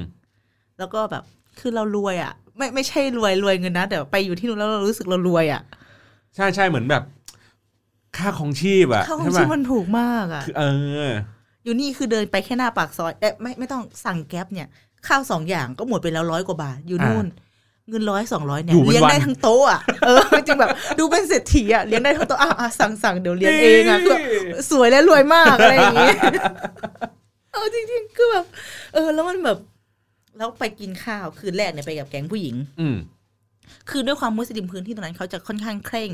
B: แล้วก็แบบคือเรารวยอะ่ะ ไม่ไม่ใช่รวยรวยเงินนะแต่ไปอยู่ที่นู่นแล้วเรารู้สึกเรารวยอะ
A: ใช่ใช่เหมือนแบบ ค่าของชีพอ่ะ
B: ่ะข้าวขอ
A: ใช่
B: ง
A: ไหม
B: ชีพมันถูกมากอะ่ะ
A: คือเออ
B: อยู่นี่คือเดินไปแค่หน้าปากซอยเอ๊ะไม่ไม่ต้องสั่งแก๊ปเนี่ย ข้าวสองอย่างก็หมดไปแล้วร้อยกว่าบาท อยู่นู่น เงินร้อยสองร้อยเนี่ย
A: อยู่เป็น
B: เลี้ยง
A: วัน
B: ได้ทั้งโต๊ะอ่ะเอ อจริงแบบ ดูเป็นเศรษฐีอ่ะเลี้ยงได้ทั้งโต๊ะ อะอ่ะสั่งสั่งเดี๋ยวเลี้ยงเองอ่ะคือแบบ สวยและรวยมาก อะไรอย่างนี้ เอ เอาจริงๆคือแบบเออ แล้วมันแบบแล้วไปกินข้าวคืนแรกเนี่ยไปกับแก๊งผู้หญิง
A: อืม
B: คือด้วยความมุสลิมพื้นที่ตรงนั้นเขาจะค่อนข้างเคร่ง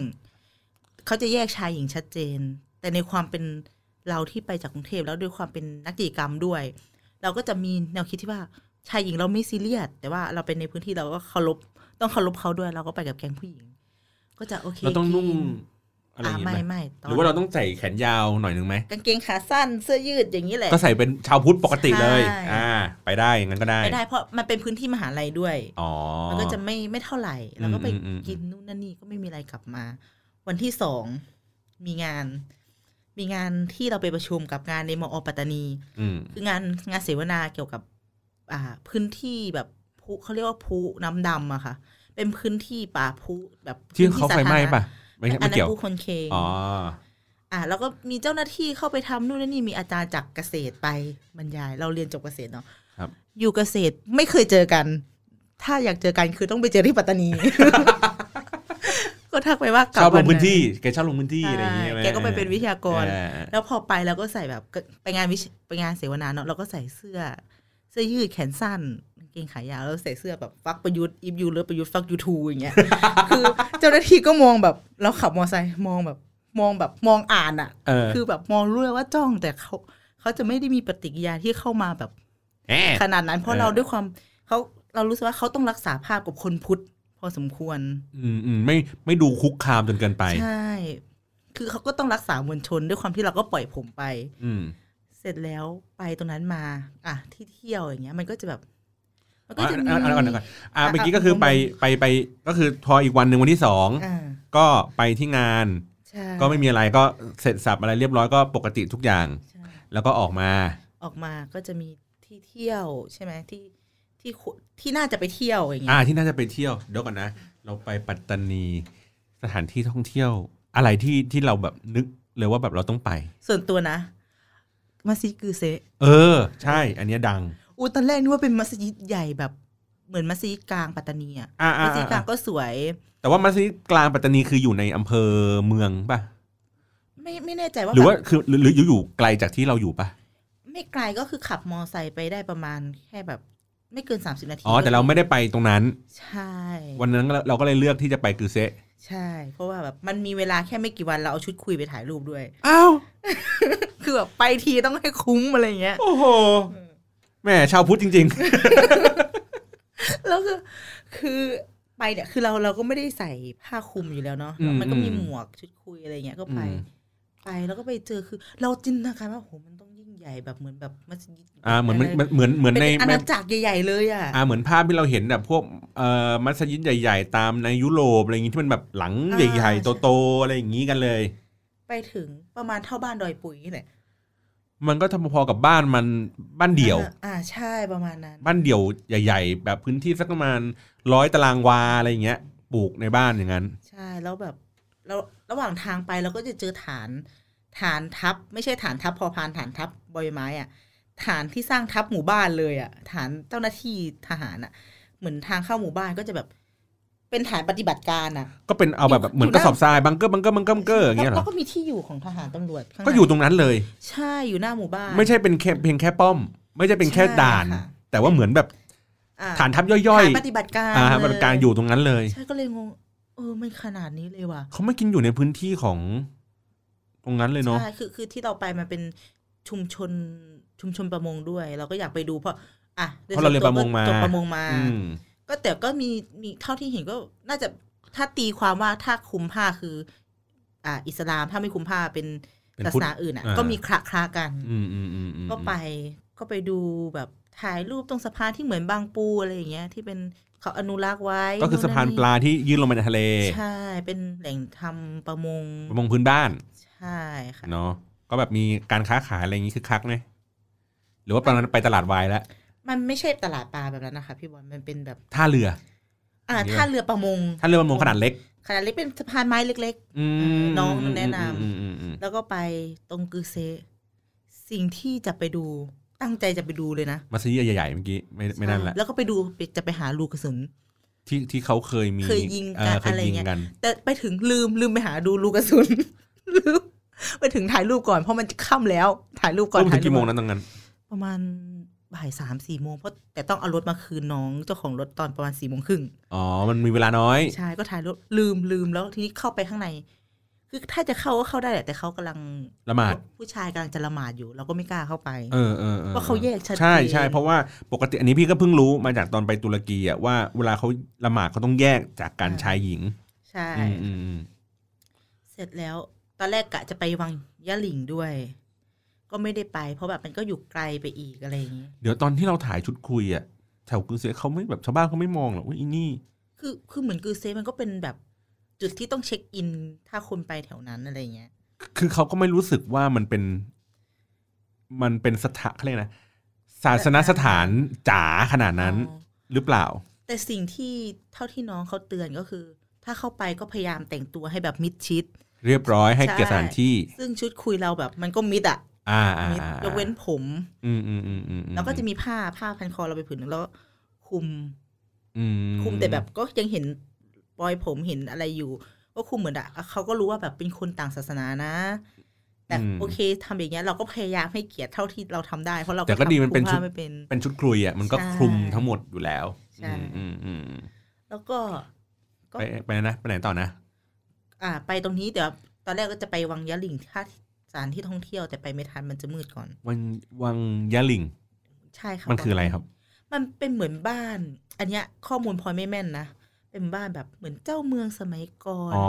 B: เขาจะแยกชายหญิงชัดเจน แต่ในความเป็นเราที่ไปจากกรุงเทพแล้วด้วยความเป็นนักกิจกรรมด้วย เราก็จะมีแนวคิดที่ว่าชายหญิงเราไม่ซีเรียสแต่ว่าเราเป็นในพื้นที่เราก็เคารพต้องเคารพเขาด้วย เราก็ไปกับแก๊งผู้หญิง ก็จะโอเค
A: เราต้องนุ่ง
B: กิ
A: อะไรอย่าง
B: ไม่
A: งี้ไหม
B: ไม่ตน
A: หรือว่าเราต้องใส่แขนยาวหน่อยหนึ่งไหม
B: กางเกงขาสั้นเสื้อยืดอย่างนี้แหละ
A: ก็ใส่เป็นชาวพุทธปกติเลย
B: ใช่
A: อ่า ไปได้อย่างนั้นก็ได้
B: ไม่ได้เพราะมันเป็นพื้นที่มหาลัยด้วย
A: อ๋อ
B: มันก็จะไม่ไม่เท่าไหร่ แล้วก็ไป
A: อืมอืมอืม
B: กินนู่นนั่นนี่ก็ไม่มีอะไรกลับมา วันที่สองมีงาน มีงานที่เราไปประชุมกับงานในมอปัตตานี
A: อืม
B: คืองานงานเสวนาเกี่ยวกับ อ่า พื้นที่แบบพุเขาเรียกว่าพุน้ำดำอะค่ะ เป็นพื้นที่ป่าพุแบบ
A: ที่
B: พื้น
A: เขาไฟไหม้ป่ะ ไม่
B: สาธารณะ
A: ไม่
B: อันนั้
A: เกี่ย
B: น
A: ว
B: พุคนเคง
A: อ๋อ
B: อ่าแล้วก็มีเจ้าหน้าที่เข้าไปทำนู่นนั่นนี่มีอาจารย์จากเกษตรไปบรรยาย เราเรียนจบเกษตรเนาะ
A: ครับ
B: อยู่เกษตรไม่เคยเจอกัน ถ้าอยากเจอกันคือต้องไปเจอที่ปัตตานี ก็ทักไปว่ากลับ
A: ชอบล
B: วั
A: ง
B: นไห
A: พื้นที่แกชอบลงพื้นที่อะไรอย่างเงี้ย
B: ใช่
A: ไหม
B: แกก็ไปเป็นวิทยากร
A: เออ
B: แล้วพอไปเราก็ใส่แบบก็ไปงานวิชไปงานเสวนาเนาะเราก็ใส่เสื้อ เสื้อยืดแขนสั้นกางเกงขายาวแล้วใส่เสื้อแบบฟักประยุทธ์อิฟยูเลิฟประยุทธ์ฟักยูทูอย่างเงี้ย คือเจ้าหน้าที่ก็มองแบบเราขับมอไซค์มองแบบมองแบบมองอ่านอ่ะ
A: เออ
B: คือแบบมองรู้เลยว่าจ้องแต่เขาเขาจะไม่ได้มีปฏิกิริยาที่เข้ามาแบบ
A: แอะ
B: ขนาดนั้น เพราะเรา
A: เออ
B: ด้วยความเขาเรารู้สึกว่าเขาต้องรักษาภาพกับคนพุทธพอสมควร
A: อืมอืมไม่ไม่ดูคุกคามจนเกินไป
B: ใช่ คือเขาก็ต้องรักษามวลชนด้วยความที่เราก็ปล่อยผมไป
A: อืม
B: เสร็จแล้วไปตรงนั้นมา อ่ะที่เที่ยวอย่างเงี้ย มันก็จะแบบ มันก็
A: อ่ะ
B: จะมี
A: อ่ะอ่ะก่อนก่อนอ่ะ
B: อ่ะ
A: เมื่อกี้
B: อ่ะ
A: ก็คือไป
B: งง
A: ไปไปก็คือพออีกวันหนึ่งวันที่สอง
B: อ่า
A: ก็ไปที่งาน
B: ใช่
A: ก็ไม่มีอะไรก็เสร็จสับอะไรเรียบร้อยก็ปกติทุกอย่าง
B: ใช่
A: แล้วก็ออกมา
B: ออกมาก็จะมีที่เที่ยวใช่ไหมที่ที่คุที่น่าจะไปเที่ยวอย่างเงี้
A: อ่าย ที่น่าจะไปเที่ยวเดี๋ยวก่อนนะ เราไปปัตตานีสถานที่ท่องเที่ยว อะไรที่ที่เราแบบนึกเลยว่าแบบเราต้องไป
B: ส่วนตัวนะ มัสยิดกือเซะ
A: เออ ใช่ อันเนี้ยดัง
B: อูตอนแรกนึกว่าเป็นมัสยิดใหญ่แบบ เหมือนมัสยิดกลางปัตตานีอ่ะ
A: อ่า
B: มั
A: อ่า
B: สยิดกลางก็สวย
A: แต่ว่ามัสยิดกลางปัตตานีคืออยู่ในอำเภอเมืองป่ะ
B: ไม่ไม่แน่ใจว่า
A: หรือว่า
B: แบบ
A: คือหรือหรืออยู่อยู่ไกลจากที่เราอยู่ป่ะ
B: ไม่ไกลก็คือขับมอไซค์ไปได้ประมาณแค่แบบ ไม่เกินสามสิบนาที
A: อ๋อแต่เราไม่ได้ไปตรงนั้น
B: ใช่
A: วันนั้นเราเราก็เลยเลือกที่จะไปกือเซะ
B: ใช่ เพราะว่าแบบมันมีเวลาแค่ไม่กี่วันเราเอาชุดคุยไปถ่ายรูปด้วย
A: อ้าว
B: คือแบบไปทีต้องให้คุ้มอะไรอย่างเงี้ย
A: โอ้โหแม่ชาวพุทธจริง
B: แล้วคือคือไปเนี่ยคือเราเราก็ไม่ได้ใส่ผ้าคลุมอยู่แล้วเนาะ
A: อืม
B: มันก็มี
A: อืม
B: หมวกชุดคุยอะไรเงี้ยก็ไป
A: อืม
B: ไปแล้วก็ไปเจอคือ เราจินตนาการว่าโหมันต้องยิ่งใหญ่แบบเหมือนแบบมัสยิด
A: ๆ อ่าเหมือนมันมันเหมือนเหมือนใน
B: เป็นอา
A: ใน
B: ณาจักรใหญ่ ๆ เลยอ่ะ
A: อ่าเหมือนภาพที่เราเห็นแบบพวกเอ่อมัสยิดใหญ่ ๆ ตามในยุโรปอะไรอย่างงี้ที่มันแบบหลังใหญ่ๆโตๆอะไรอย่างงี้กันเลย
B: ไปถึงประมาณเท่าบ้านดอยปุ๋ยนี่แหละ
A: มันก็ทำพอๆกับบ้านมันบ้านเดี่ยว
B: อ่าอ่าใช่ประมาณนั้น
A: บ้านเดี่ยวใหญ่ ๆ แบบพื้นที่สักประมาณร้อยตารางวาอะไรอย่างเงี้ยปลูกในบ้านอย่างนั้น
B: ใช่แล้วแบบเราระหว่างทางไปเราก็จะเจอฐาน ฐานทับ ไม่ใช่ฐานทับพอพานฐานทับบอยไม้อะฐานที่สร้างทับหมู่บ้านเลยอะฐานเจ้าหน้าที่ทหารอะเหมือนทางเข้าหมู่บ้านก็จะแบบ เป็นฐานปฏิบัติการอะ
A: ก็เป็นเอาแบบแบบเหมือนกระสอบทรายบังเกอร์บังเกอร์บังเกอร์บังเกอร์อย่างเงี้ยเหร
B: แล้
A: อ
B: วก็มีที่อยู่ของทหารตำรวจข้างใน
A: ก็อยู่ตรงนั้นเลย
B: ใช่อยู่หน้าหมู่บ้าน
A: ไม่ใช่เป็นแค่เพียงแค่ป้อม ไม่ใช่เป็นแค่
B: ใช่
A: ด่าน
B: ค่ะ
A: แต่ว่าเหมือนแบบ
B: อ่
A: ฐานทัพย่อย
B: ฐาน
A: ๆ
B: ปฏิบัติการ
A: อ่าฮะ
B: เล
A: บริการอยู่ตรงนั้นเลย
B: ใช่ก็เลยงงเออมันขนาดนี้เลยว่ะ
A: เขาไม่กินอยู่ในพื้นที่ของตรงนั้นเลยเนาะ
B: ใช่ คือ คือที่เราไปมันเป็นชุมชน ชุมชนประมงด้วย เราก็อยากไปดูเพราะ อ่ะโด
A: เพราะเราเรียนประมงมา
B: จบประมงมา
A: อืม
B: ก็แต่ก็มี มีเท่าที่เห็นก็น่าจะ ถ้าตีความว่าถ้าคุมผ้าคือ อ่า อิสลาม ถ้าไม่คุมผ้าเป็น
A: เป็น
B: ศา
A: พุท
B: ส
A: ธ
B: นาอื่นอ่ะ
A: อ่า
B: ก็มีคละคลากัน
A: อืมอืมอืมอืม
B: ก็ไป ก็ไปดูแบบถ่ายรูปตรงสะพานที่เหมือนบางปูอะไรอย่างเงี้ย ที่เป็นเขาอนุรักษ์ไว้
A: ก็คือสะพานปลาที่ยื่นลงมาในทะเล
B: ใช่ เป็นแหล่งทำประมง
A: ประมงพื้นบ้าน
B: ใช่ค่ะ
A: เนาะก็แบบมีการค้าขายอะไรอย่างนี้คือคักไหมหรือว่าตอนนั้นไปตลาดวายแล้ว
B: มันไม่ใช่ตลาดปลาแบบนั้นนะคะพี่บอลมันเป็นแบบ
A: ท่าเรือ
B: อ่า
A: เยอะ
B: ท่าเรือประมง
A: ท่าเรือประมงขนาดเล็ก
B: ขนาดเล็กเป็นสะพานไม้เล็ก
A: อืม
B: น้องแนะนำ
A: อืมอืมอืม
B: ๆ แล้วก็ไปตรงกือเซะสิ่งที่จะไปดูตั้งใจจะไปดูเลยนะ
A: มัสยิดใหญ่ๆเมื่อกี้ไม่ไม่นั่นแหละ
B: แล้วก็ไปดูไปจะไปหาลูกกระสุน
A: ที่ที่เขาเคยมี
B: เคยยิงกัน
A: เเคย
B: อะไรเงี้ย
A: กัน
B: แต่ไปถึงลืมลืมไปหาดูลูกกระสุน ลืมไปถึงถ่ายรูปก่อนเพราะมันจะค่ำแล้วถ่ายรูปก่อน
A: รูปถึ
B: ถ่า
A: ง
B: ยรู
A: กี่
B: ป
A: โมงนั้นตรงนั้น
B: ป ประมาณบ่ายสามสี่โมงเพราะแต่ต้องเอารถมาคืนน้องเจ้าของรถตอนประมาณสี่โมงครึ่ง
A: อ๋อ มันมีเวลาน้อย
B: ใช่ก็ถ่ายรถลืมลืมแล้วทีนี้เข้าไปข้างใน คือถ้าจะเข้าก็เข้าได้แหละแต่เขากำลัง
A: ละหมาด
B: ผู้ชายกำลังจะละหมาดอยู่ เราก็ไม่กล้าเข้าไป
A: เออเออออ
B: ว่าเขาแยกชัดเจน
A: ใช่ใช่เพราะว่าปกติอันนี้พี่ก็เพิ่งรู้มาจากตอนไปตุรกีอะว่าเวลาเขาละหมาดเขาต้องแยกจากการชายหญิง
B: ใช่
A: อืมอืมอืม
B: เสร็จแล้ว ตอนแรกกะจะไปวังยะหลิงด้วย ก็ไม่ได้ไป เพราะแบบมันก็อยู่ไกลไปอีกอะไรอย่างนี้
A: เดี๋ยวตอนที่เราถ่ายชุดคุยอะแถวกรุงเซียเขาไม่แบบชาวบ้านเขาไม่มองหรอกว่าอีนี่
B: คือคือเหมือนกือเซฟมันก็เป็นแบบจุดที่ต้องเช็คอิน ถ้าคนไปแถวนั้นอะไรอย่างเงี้ย
A: คือเขาก็ไม่รู้สึกว่ามันเป็น มันเป็นสถาเขาเรียกนะศาสนสถานจ๋าขนาดนั้น
B: อ๋อ
A: หรือเปล่า
B: แต่สิ่งที่เท่าที่น้องเขาเตือนก็คือ ถ้าเข้าไปก็พยายามแต่งตัวให้แบบมิดชิด
A: เรียบร้อยให้เกียรติ
B: ใช่
A: สถานที่
B: ซึ่งชุดคุยเราแบบ มันก็มิดอะ
A: อ่าอ่า
B: มิด
A: อ่าย
B: กเว้นผม
A: อืมอืมอืมอืม
B: แล้วก็จะมีผ้าผ้าพันคอเราไปผืนหนึงแล้วก็คุม
A: อื
B: คุมแต่แบบก็ยังเห็นปลอยผมเห็นอะไรอยู่ ก็คุมเหมือนอะเขาก็รู้ว่าแบบเป็นคนต่างศาสนานะ แต่โอเคทำอย่างเงี้ยเราก็พยายามให้เกียรติเท่าที่เราทำได้เพราะเรา
A: แต่ก็ดีมันเป็น
B: ทำ
A: ชุ
B: ผ้า
A: ด
B: ไม่เป็น
A: เป็นชุดคลุยอ่ะมันก็
B: ใช่
A: คลุมทั้งหมดอยู่แล้ว
B: ใช่
A: อืมอืมอืม
B: แล้วก็ก็
A: ไปไปนะไปไหนต่อนะ
B: อ่าไปตรงนี้เดี๋ยวตอนแรกก็จะไปวังยะหลิงท่าสถานที่ท่องเที่ยวแต่ไปไม่ทันมันจะมืดก่อน
A: วังวังยะหลิง
B: ใช่ค่ะ
A: มันคืออะไรครับ
B: มันเป็นเหมือนบ้าน อันเนี้ยข้อมูลพลอยไม่แม่นนะเป็นบ้านแบบเหมือนเจ้าเมืองสมัยก่อน
A: อ๋อ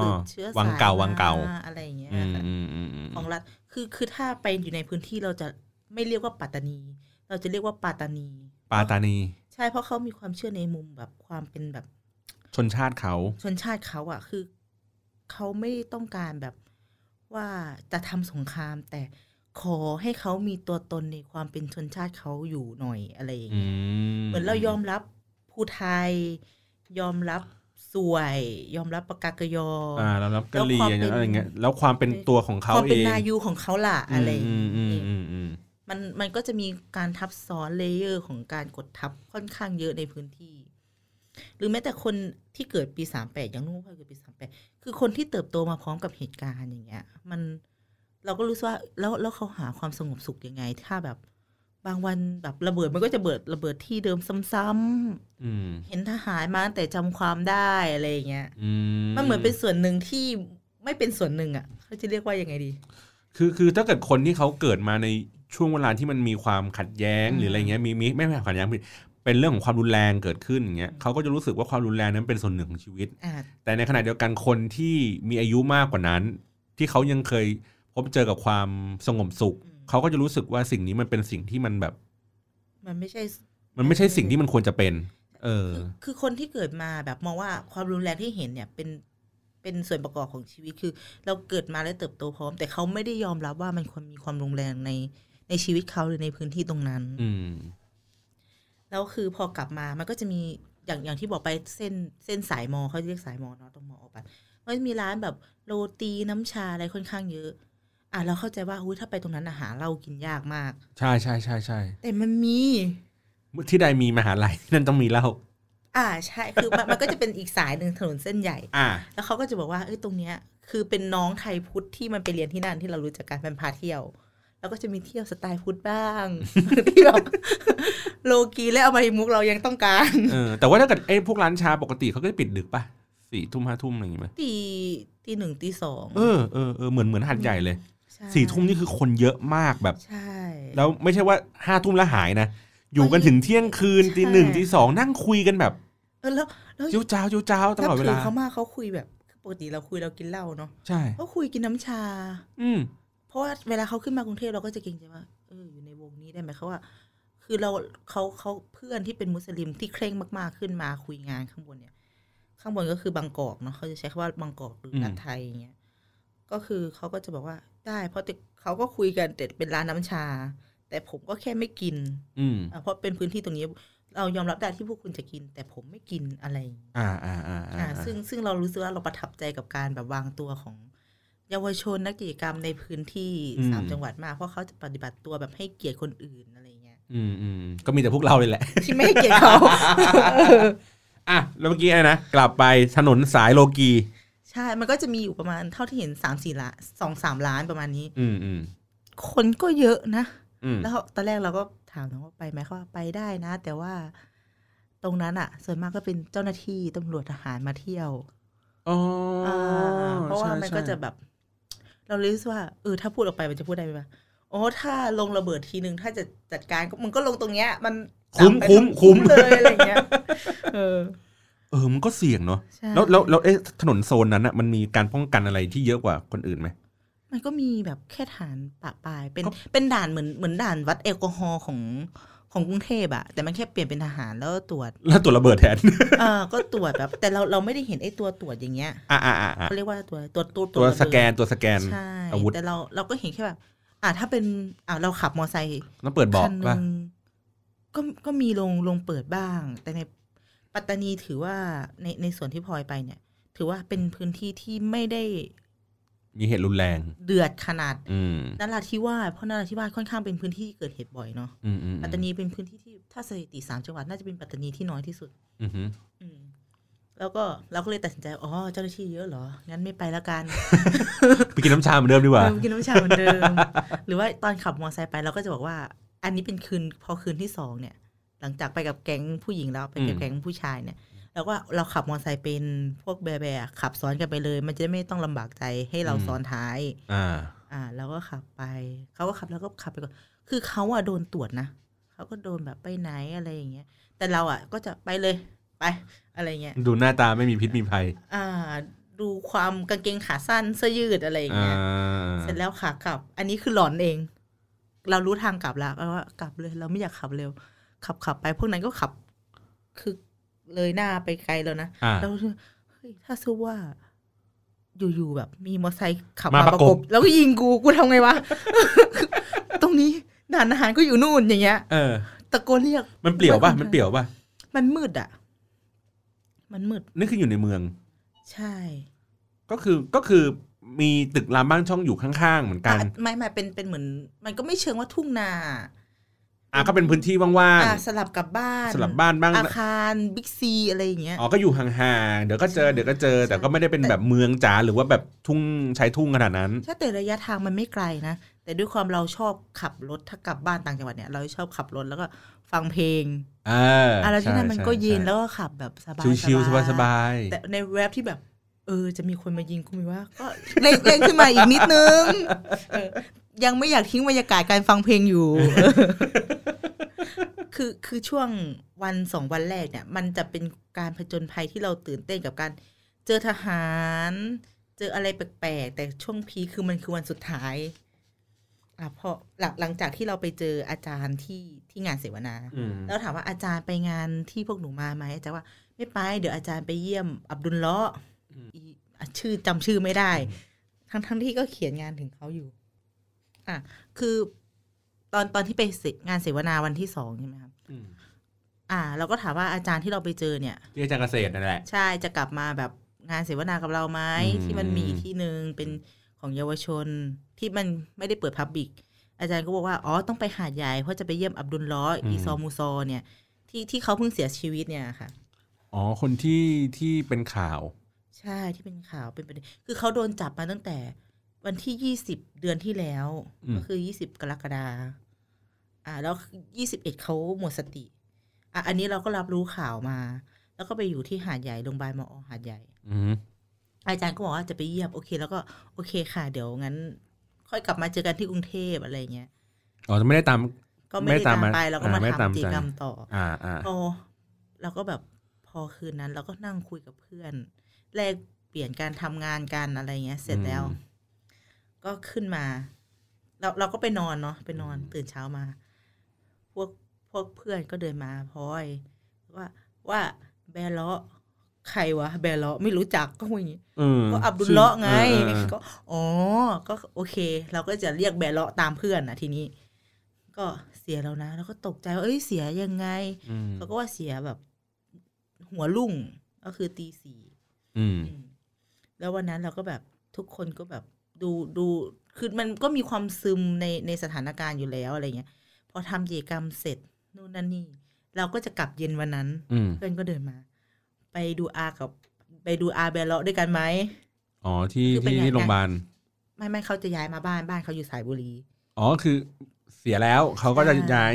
B: ที่สืบเชื้อสย
A: วังเก่าวังเก่า
B: มอะไรอย่างเงี้ย
A: อืม
B: ค่ะ
A: อืมอืมอืม
B: ของรัฐคือคือถ้าไปอยู่ในพื้นที่เราจะไม่เรียกว่าปัตตานี เราจะเรียกว่าปาตานี
A: ปาตานี
B: ใช่เพราะเขามีความเชื่อในมุมแบบความเป็นแบบ
A: ชนชาติเขา
B: ชนชาติเขาอะคือเขาไม่ต้องการแบบว่าจะทำสงคราม แต่ขอให้เขามีตัวตนในความเป็นชนชาติเขาอยู่หน่อยอะไรอย่าง
A: อื
B: เงี้ย
A: ม
B: เหมือนเรายอมรับภูไทย ยอมรับสวย ยอมรับปากากยอ
A: อ่าเรารับกะเหรี
B: แล้วความเป็น
A: อะไรเงี้ยแล้วความเป็นตัวของเขา
B: ความ
A: เอ
B: เป็น
A: ง
B: นายูของเขาล่ะอะไรอย่าง
A: อืมอืม
B: เงี้ย
A: อืมอืม
B: มันมันก็จะมีการทับซ้อนเลเยอร์ของการกดทับค่อนข้างเยอะในพื้นที่ หรือแม้แต่คนที่เกิดปีสามแปดอย่างนุ่งพ่อเกิดปีสามแปดคือคนที่เติบโตมาพร้อมกับเหตุการณ์อย่างเงี้ย มันเราก็รู้สึกว่าแล้วแล้วเขาหาความสงบสุขยังไง ถ้าแบบบางวันแบบระเบิดมันก็จะเบิดระเบิดที่เดิมซ้ำ
A: อืม
B: ๆเห็นทหารมาตั้งแต่จำความได้อะไรอย่างเงี้ย
A: อืม
B: มันเหมือนเป็นส่วนหนึ่งที่ไม่เป็นส่วนหนึ่งอ่ะเขาจะเรียกว่ายังไงดี
A: คือคือถ้าเกิดคนที่เขาเกิดมาในช่วงเวลาที่มันมีความขัดแย้ง
B: อืม
A: หรืออะไรเงี้ยมีมีไม่ใช่ขัดแย้งผิดเป็นเรื่องของความรุนแรงเกิดขึ้นอย่างเงี้ยเขาก็จะรู้สึกว่าความรุนแรงนั้นเป็นส่วนหนึ่งของชีวิต
B: อ่า
A: แต่ในขณะเดียวกันคนที่มีอายุมากกว่านั้น ที่เขายังเคยพบเจอกับความสงบสุข
B: อืม
A: เขาก็จะรู้สึกว่าสิ่งนี้มันเป็นสิ่งที่มันแบบ
B: มันไม่ใช่
A: มันไม่ใช่สิ่งที่มันควรจะเป็น เออ
B: คือคือคนที่เกิดมาแบบมองว่าความรุนแรงที่เห็นเนี่ยเป็นเป็นส่วนประกอบของชีวิตคือ เราเกิดมาและเติบโตพร้อม แต่เขาไม่ได้ยอมรับว่ามันควรมีความรุนแรงในในชีวิตเขาหรือในพื้นที่ตรงนั้น
A: อืม
B: แล้วคือพอกลับมามันก็จะมีอย่างอย่างที่บอกไปเส้นเส้นสายมอเขาเรียกสายมอเนาะตรงมอออกไปมันจะมีร้านแบบโรตีน้ำชาอะไรค่อนข้างเยอะ อ่ะเราเข้าใจว่าอุ้ยถ้าไปตรงนั้นอาหารเรากินยากมาก
A: ใช่ใช่ใช่ใช่
B: แต่มันมี
A: ที่ใดมีมหาลัย ที่นั่นต้องมีเหล่า
B: อ่าใช่คือมันมันก็จะเป็นอีกสายหนึ่งถนนเส้นใหญ่
A: อ่า
B: แล้วเขาก็จะบอกว่าเอ้ยตรงเนี้ยคือเป็นน้องไทยพุทธที่มันไปเรียนที่นั่นที่เรารู้จักกันเป็นพาเที่ยว แล้วก็จะมีเที่ยวสไตล์พุทธบ้าง ที่แบบโลกีและอบายมุกเรายังต้องการ
A: เออ แต่ว่าถ้าเกิดไอ้พวกร้านชาปกติเขาก็จะปิดดึกป่ะสี่ทุ่มห้าทุ่มอะไรอย่างเงี้ย
B: ตีตีหนึ่งตีสอง
A: เออเออเออเหมือนเหมือนหัดใหญ่เลย
B: ใช่
A: สี่ทุ่มนี่คือคนเยอะมากแบบ
B: ใช่
A: แล้วไม่ใช่ว่าห้าทุ่มแล้วหายนะ อยู่กันถึงเที่ยงคืนตีหนึ่งตีสองนั่งคุยกันแบบ
B: เออแล้วแล้ว
A: เจ้าเจ้าเจ้าเจ้าตลอดเว
B: นั
A: ลา
B: บถืเขามากเขาคุยแบบคือปกติเราคุยเรากินเหล้าเนาะ
A: ใช่
B: เขาคุยกินน้ำชา
A: อืม
B: เพราะว่าเวลาเขาขึ้นมากรุงเทพเราก็จะเกรงใจว่าเอออยู่ในวงนี้ได้ไหมเขาว่า คือเราเขาเขาเพื่อนที่เป็นมุสลิมที่เคร่งมากๆขึ้นมาคุยงานข้างบนเนี่ย ข้างบนก็คือบางกอกเนาะเขาจะใช้คำว่าบางกอกหรือ
A: ม
B: รัฐไทยอย่างเงี้ยก็คือเขาก็จะบอกว่าได้ เพราะแต่เขาก็คุยกันแต่เป็นร้านน้ำชา แต่ผมก็แค่ไม่กิน
A: อืม
B: อ่ะเพราะเป็นพื้นที่ตรงนี้ เรายอมรับได้ที่พวกคุณจะกิน แต่ผมไม่กินอะไรอย่างเงี้ย
A: อ่าอ่าอ่าอ่า
B: อ่าซึ่งซึ่งเรารู้สึกว่าเราประทับใจกับการแบบวางตัวของ เยาวชนนักกิจกรรมในพื้นที่สามจังหวัดมาก เพราะเขาจะปฏิบัติตัวแบบให้เกียรติคนอื่นอะไรเงี้ย
A: อืมอืมก็มีแต่พวกเราเลยแหละ
B: ที่ไม่ให้เกียรติเขา
A: อ่ะแล้วเมื่อกี้อะไรนะกลับไปถนนสายโลกี
B: ใช่ มันก็จะมีอยู่ประมาณเท่าที่เห็นสามสี่ล้านสองสามล้านประมาณนี้
A: อืมอืม
B: คนก็เยอะนะ
A: อืม
B: แล้วเขาตอนแรกเราก็ถามน้องว่าไปไหมเขาว่าไปได้นะ แต่ว่าตรงนั้นอ่ะ ส่วนมากก็เป็นเจ้าหน้าที่ตำรวจทหารมาเที่ยว
A: อ๋อา
B: เพราะว่า
A: ใช่
B: มัน
A: ใช่
B: ก็จะแบบ เราเลยรู้สึกว่าเออถ้าพูดออกไปมันจะพูดได้ไหมวะโอ้ถ้าลงระเบิดทีนึงถ้าจะจัดการก็มึงก็ลงตรงเนี้ย มัน
A: คุ้ม
B: จับไป
A: คุ้มคุ้ม
B: เลยอะไร เงี้ยเออ
A: เออมันก็เสี่ยงเนาะ
B: ใช่
A: แล้วแล้วแล้วเอ๊ะถนนโซนนั้นอะมันมีการป้องกันอะไรที่เยอะกว่าคนอื่นไหม
B: มันก็มีแบบแค่ฐานปะปลายเป็น
A: ก็
B: เป็นด่านเหมือนเหมือนด่านวัดแอลกอฮอล์ของของกรุงเทพอะแต่มันแค่เปลี่ยนเป็นทหารแล้วตรวจ
A: แล้วตัวระเบิดแท น
B: เออก็ตรวจแบบ แต่เราเราไม่ได้เห็นไอ้ตัวตรวจอย่างเงี้ย
A: อ่าอ่าอ่า
B: เขาเรียกว่าตัวตัวตัว
A: ตัว
B: ระเบิด
A: สแกนตัวสแกน
B: ใช่
A: อาวุธ
B: แต่เราเราก็เห็นแค่แบบอ่าถ้าเป็นอ่าเราขับมอไซค์
A: ต้องเปิดเบอก
B: คันห
A: ว่า
B: นึ่งก็ก็มีลงลงเปิดบ้าง แต่ในปัตตานีถือว่าในในส่วนที่พลอยไปเนี่ย ถือว่าเป็นพื้นที่ที่ไม่ได้
A: มีเหตุรุนแรง
B: เดือดขนาด
A: อืม
B: นราธิวาสเพราะนราธิวาสค่อนข้างเป็นพื้นที่เกิดเหตุบ่อยเนาะ
A: อืมอืม
B: ปัตตานีเป็นพื้นที่ที่ถ้าสถิติสามจังหวัดน่าจะเป็นปัตตานีที่น้อยที่สุด
A: อืมอืม
B: อืมแล้วก็เราก็เลยตัดสินใจ อ๋อ เจ้าหน้าที่เยอะเหรอ งั้นไม่ไปละกัน
A: ไปกินน้ำชาเหมือนเดิมดีกว่า
B: เออกินน้ำชาเหมือนเดิม หรือว่าตอนขับมอเตอร์ไซค์ไปเราก็จะบอกว่า อันนี้เป็นคืนพอคืนที่สองเนี่ย หลังจากไปกับแก๊งผู้หญิงแล้วไปกับ
A: อืม
B: แก๊งผู้ชายเนี่ยเราก็เราขับมอเตอร์ไซค์เป็นพวกแบะแบะขับซ้อนกันไปเลย มันจะได้ไม่ต้องลำบากใจให้เราซ้อนท้าย
A: อ่า
B: อ่าเราก็ขับไป เขาก็ขับแล้วก็ขับไปก่อน คือเขาอ่ะโดนตรวจนะเขาก็โดนแบบไปไหนอะไรอย่างเงี้ย แต่เราอ่ะก็จะไปเลยไปอะไรอย่างเงี้ย
A: ดูหน้าตาไม่มีพิษมีภัย
B: อ่าดูความกางเกงขาสั้นเสื้อยืดอะไรอย่าง
A: อ่า
B: เงี้ยเสร็จแล้วขากลับ อันนี้คือหลอนเอง เรารู้ทางกลับแล้วเราว่ากลับเลย เราไม่อยากขับเร็ว ขับขับไปพวกนั้นก็ขับ คือเลยหน้าไปไกลแล้วนะ
A: อ่า
B: เรารู้สึกเฮ้ยถ้าซื้อว่า อยู่ๆแบบ มีมอเตอร์ไซค์ขับ
A: มา
B: มา
A: ป
B: ประ
A: กบ
B: ระกบ แล้วก็ยิงกูกูทำไงวะ ตรงนี้ด่านอาหารก็อยู่นู่นอย่างเงี้ย
A: เออ
B: ตะโกนเรียก
A: มันเปลี่ยวป่ะ มันเปลี่ยวป่ะ
B: มันมืดอ่ะ มันมืด
A: นี่คืออยู่ในเมือง
B: ใช่
A: ก็คือ ก็คือมีตึกรามบ้านช่องอยู่ข้างๆ เหมือนกัน
B: อ่ะไม่ไม่เป็นเป็นเหมือน มันก็ไม่เชิงว่าทุ่งนา
A: อ่ะก็เป็นพื้นที่ว่าง
B: อ่ะสลับกับบ้าน
A: ๆสลับบ้านบ้าง
B: อาคารบิ๊กซีอะไรอย่างเงี้ย
A: อ๋อ ก็อยู่ห่างๆ เดี๋ยวก็เจอ
B: ใช่
A: เดี๋ยวก็เจอ แต่ก็
B: ใช่
A: ไม่ได้เป็นแบบเมืองจ๋าหรือว่าแบบทุ่งชายทุ่งขนาดนั้น
B: ใช่แต่ระยะทางมันไม่ไกลนะ แต่ด้วยความเราชอบขับรถถ้ากลับบ้านต่างจังหวัดเนี่ย เราชอบขับรถแล้วก็ฟังเพลง
A: เออ
B: อะ
A: อะไร
B: ที่นั่นมันก็เย็นแล้วก็ขับแบบสบาย
A: ชิวๆสบาย
B: แต่ในแว็บที่แบบ เออ จะมีคนมายิงกูมีว่าก็ เร่งเร่งขึ้นมาอีกนิดนึง เออยังไม่อยากทิ้งบรรยากาศการฟังเพลงอยู่ คือคือช่วงวันสองวันแรกเนี่ย มันจะเป็นการผจญภัยที่เราตื่นเต้นกับการ เจอทหาร เจออะไรแปลกๆ แต่ช่วงพีคคือมันคือวันสุดท้ายอ่ะพอหลังหลังจากที่เราไปเจออาจารย์ที่ที่งานเสวนา
A: ๆอืม
B: แล้วถามว่าอาจารย์ไปงานที่พวกหนูมาไหมอาจารย์ว่าไม่ไป เดี๋ยวอาจารย์ไปเยี่ยมอับดุลเลาะห์อีอ่ะชื่อจำชื่อไม่ได้ ทั้งทั้งที่ก็เขียนงานถึงเขาอยู่ อ่ะ คือ ตอนตอนที่ไปเสงานเสวนาวันที่สองใช่ไหมครับ
A: อืม
B: อ่า เราก็ถามว่าอาจารย์ที่เราไปเจอเนี่ย
A: ที่อาจารย์เกษตรนั่นแหละ
B: ใช่จะกลับมาแบบงานเสวนากับเราไหม
A: อืม
B: ที่มันมีที่หนึ่งเป็นของเยาวชนที่มันไม่ได้เปิดพับบิกอาจารย์ก็บอกว่า อ๋อ ต้องไปหาดใหญ่เพราะจะไปเยี่ยมอับดุลล้อฮ์อีซอมูซอเนี่ย ที่ที่เขาเพิ่งเสียชีวิตเนี่ยค่ะ
A: อ๋อ คนที่ที่เป็นข่าว
B: ใช่ที่เป็นข่าวเป็นประเด็นคือเขาโดนจับมาตั้งแต่วันที่ยี่สิบเดือนที่แล้ว
A: อืม
B: ก็คือยี่สิบกรกฎาอ่า แล้วยี่สิบเอ็ดเขาหมดสติ อ่ะอันนี้เราก็รับรู้ข่าวมา แล้วก็ไปอยู่ที่หาดใหญ่โรงพยาบาลมอหาดใหญ่
A: อืม
B: อาจารย์ก็บอกว่าจะไปเยี่ยมโอเค แล้วก็โอเคค่ะ เดี๋ยวงั้น ค่อยกลับมาเจอกันที่กรุงเทพอะไรเงี้ย
A: อ๋อไม่ได้ตาม
B: ก็ไม่
A: ไม่
B: ได้
A: ตา
B: ตาม ม
A: มา
B: ไปเราก็
A: อ่า
B: มา
A: ไม่ตาม
B: ทำกิจ
A: ใจ
B: กรรมต่อ
A: อ่าอ่า
B: โอ้เราก็แบบพอคืนนั้น เราก็นั่งคุยกับเพื่อนแลกเปลี่ยนการทำงานกันอะไรเงี้ย เสร็จแล้ว ก็ขึ้นมา เราเราก็ไปนอนเนาะไปนอนตื่นเช้ามา พวกพวกเพื่อนก็เดินมาพลอย ว่าว่าแบลเลาะใครวะแบลเลาะไม่รู้จักก็คุยอย่างงี้
A: เออ
B: ก็อับดุลเลาะห์ไง
A: เออเออ
B: ก็อ๋อ ก็โอเค เราก็จะเรียกแบะเลาะตามเพื่อนนะทีนี้ ก็เสียแล้วนะแล้วก็ตกใจว่าเอ้ยเสียยังไง
A: อืม
B: เขาก็ว่าเสียแบบ หัวลุ่งก็คือตีสี่
A: อืม
B: อืมแล้ววันนั้นเราก็แบบทุกคนก็แบบ ดูดูคือมันก็มีความซึมในในสถานการณ์อยู่แล้วอะไรเงี้ยพอทำกิจกรรมเสร็จนู่นนั่นนี่ เราก็จะกลับเย็นวันนั้น
A: อืม
B: เพื่อนก็เดินมา ไปดูอากับ ไปดูอาแบะเลาะด้วยกันไหม
A: อ๋อที่
B: คือเป็น
A: ที่
B: ไง
A: โรงพยาบาล
B: ไม่ไม่เขาจะย้ายมาบ้านบ้านเขาอยู่สายบุรี
A: อ๋อคือเส สียแล้วเขาก็จะ
B: ใช่
A: ย้าย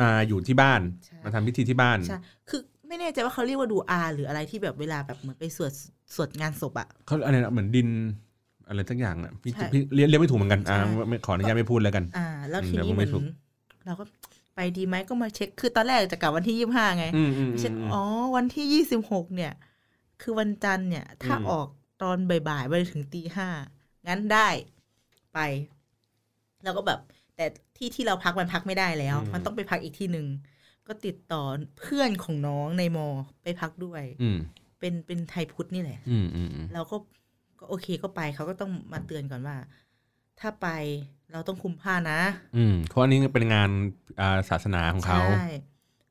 A: มาอยู่ที่บ้าน
B: ใช่
A: มาทำพิธีที่บ้าน
B: ใช่ คือไม่แน่ใจว่าเขาเรียกว่าดูอาหรืออะไรที่แบบเวลาแบบเหมือนไปสวดสวดงานศพอะ
A: เขาอะไรนะเหมือนดินอะไรสักอย่างอ่ะพี่
B: ใช่
A: พี่เรียกเรียกไม่ถูกเหมือนกันอ่า
B: ใช่
A: ไม่ขออนุญาตไม่พูดแล้วกัน
B: อ่า แล้ว
A: อืม
B: ที
A: เดี๋ยว
B: นี้
A: ผม
B: เห
A: ไป
B: มือน
A: ถูก
B: เราก็ไปดีไหมก็มาเช็ค คือตอนแรกจะกลับวันที่ยี่ห้าไง
A: อืมอืมอืม
B: ฉัน
A: อืม
B: อ๋อ วันที่ยี่สิบหกเนี่ย คือวันจันทร์เนี่ย ถ้า
A: อืม
B: ออกตอนบ่ายๆไปถึงตีห้างั้นได้ไป แล้วก็แบบ แต่ที่ที่เราพักมันพักไม่ได้แล้ว มันต้องไปพักอีกที่หนึ่งก็ติดต่อเพื่อนของน้องในมอไปพักด้วย
A: อืม
B: เป็นเป็นไทยพุทธนี่แหละ
A: อืมอืมอืม
B: เราก็ก็โอเคก็ไปเขาก็ต้องมาเตือนก่อนว่า ถ้าไปเราต้องคุมผ้านะ
A: อืมเพราะอันนี้เป็นงานอ่าศาสนาของเขา
B: ใช่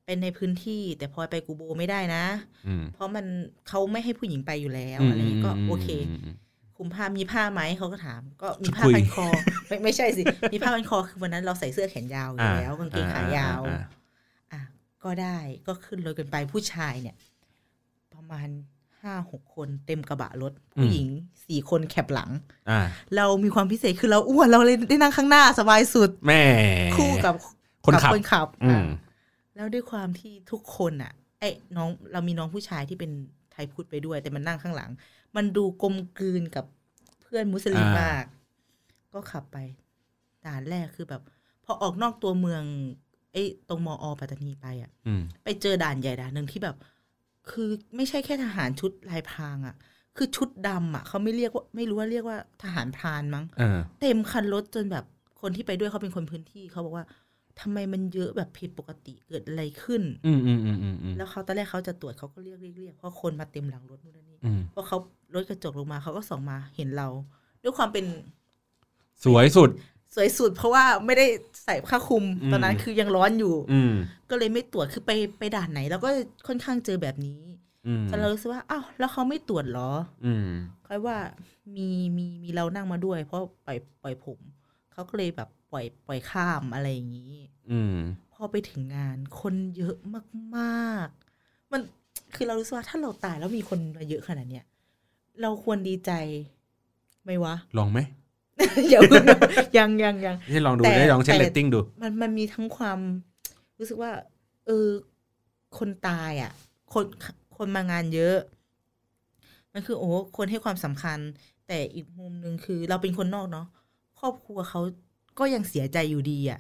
B: เป็นในพื้นที่แต่พลอยไปกูโบไม่ได้นะ
A: อืม
B: เพราะมันเขาไม่ให้ผู้หญิงไปอยู่แล้วอะไรอย่างเงี้ยก็โอเค
A: มม
B: คุมผ้ามีผ้าไหมเขาก็ถาม ก็มีผ้า
A: คุย
B: พันคอไม่ไม่ใช่ สิมีผ้าพันคอคือวันนั้นเราใส่เสื้อแขนยาวอยู่แล้วกางเกงขายาว
A: อ่
B: อ่ะก็ได้ก็ขึ้นรถกันไปผู้ชายเนี่ย ประมาณห้าหกคนเต็มกระบะรถผู้หญิงสี่คนแคบหลัง
A: อ่า
B: เรามีความพิเศษคือเราอ้วนเราเลยได้นั่งข้างหน้าสบายสุด
A: แม่
B: คู่กับ
A: คนขับ
B: กัคนขับ
A: อืม
B: อ่ะแล้วด้วยความที่ทุกคนอ่ะไอ้น้องเรามีน้องผู้ชายที่เป็นไทยพูดไปด้วย แต่มันนั่งข้างหลัง มันดูกลมกลืนกับเพื่อนมุสลิมมาก ก็ขับไปด่านแรกคือแบบ พอออกนอกตัวเมืองไอ้ตรงมอปัตตานีไปอ่ะ
A: อืม
B: ไปเจอด่านใหญ่ด่านหนึ่งที่แบบ คือไม่ใช่แค่ทหารชุดลายพรางอะ่ะ คือชุดดำอ่ะเขาไม่เรียกว่าไม่รู้ว่าเรียกว่าทหารพรานมั้ง
A: เออ
B: เต็มคันรถจนแบบคนที่ไปด้วยเขาเป็นคนพื้นที่เขาบอกว่าทำไมมันเยอะแบบผิดปกติเกิดอะไรขึ้น
A: อืมอืมอืมอืมอืม
B: แล้วเขาตอนแรกเขาจะตรวจเขาก็เรียกเรียกเรียกเพราะคนมาเต็มหลังรถนู่นนั่นนี่
A: อืม
B: พอเขารถกระจกลงมาเขาก็ส่องมาเห็นเรา ด้วยความเป็น
A: สวยสุด
B: สวยสุด เพราะว่าไม่ได้ใส่ผ้าคลุม
A: อืม
B: ตอนนั้นคือยังร้อนอยู่
A: อืม
B: ก็เลยไม่ตรวจคือไปไปด่านไหนเราก็ค่อนข้างเจอแบบนี้
A: อืม
B: แต่เรารู้สึกว่าอ้าวแล้วเขาไม่ตรวจเหรอ
A: อืม
B: ค่อยว่ามีมีมีเรานั่งมาด้วย เพราะปล่อยปล่อยผมเขาก็เลยแบบปล่อยปล่อยข้ามอะไรอย่างนี้
A: อืม
B: พอไปถึงงานคนเยอะมากๆ มันคือเรารู้สึกว่าถ้าเราตายแล้วมีคนมาเยอะขนาดเนี้ยเราควรดีใจไหม่วะ
A: ลองไหม
B: อย่าเพิ่งยังยังยัง
A: ไม่ใช่ลองดู
B: แต่
A: ได้ลองเช็ค
B: แต่
A: เรตติ้งดู
B: มันมันมีทั้งความ รู้สึกว่า เออ คนตายอะ่ะ คนคนมางานเยอะ มันคือ โอ้คนให้ความสำคัญ แต่อีกมุมหนึ่งคือ เราเป็นคนนอกเนาะครอบครัวเขาก็ยังเสียใจอยู่ดีอะ่ะ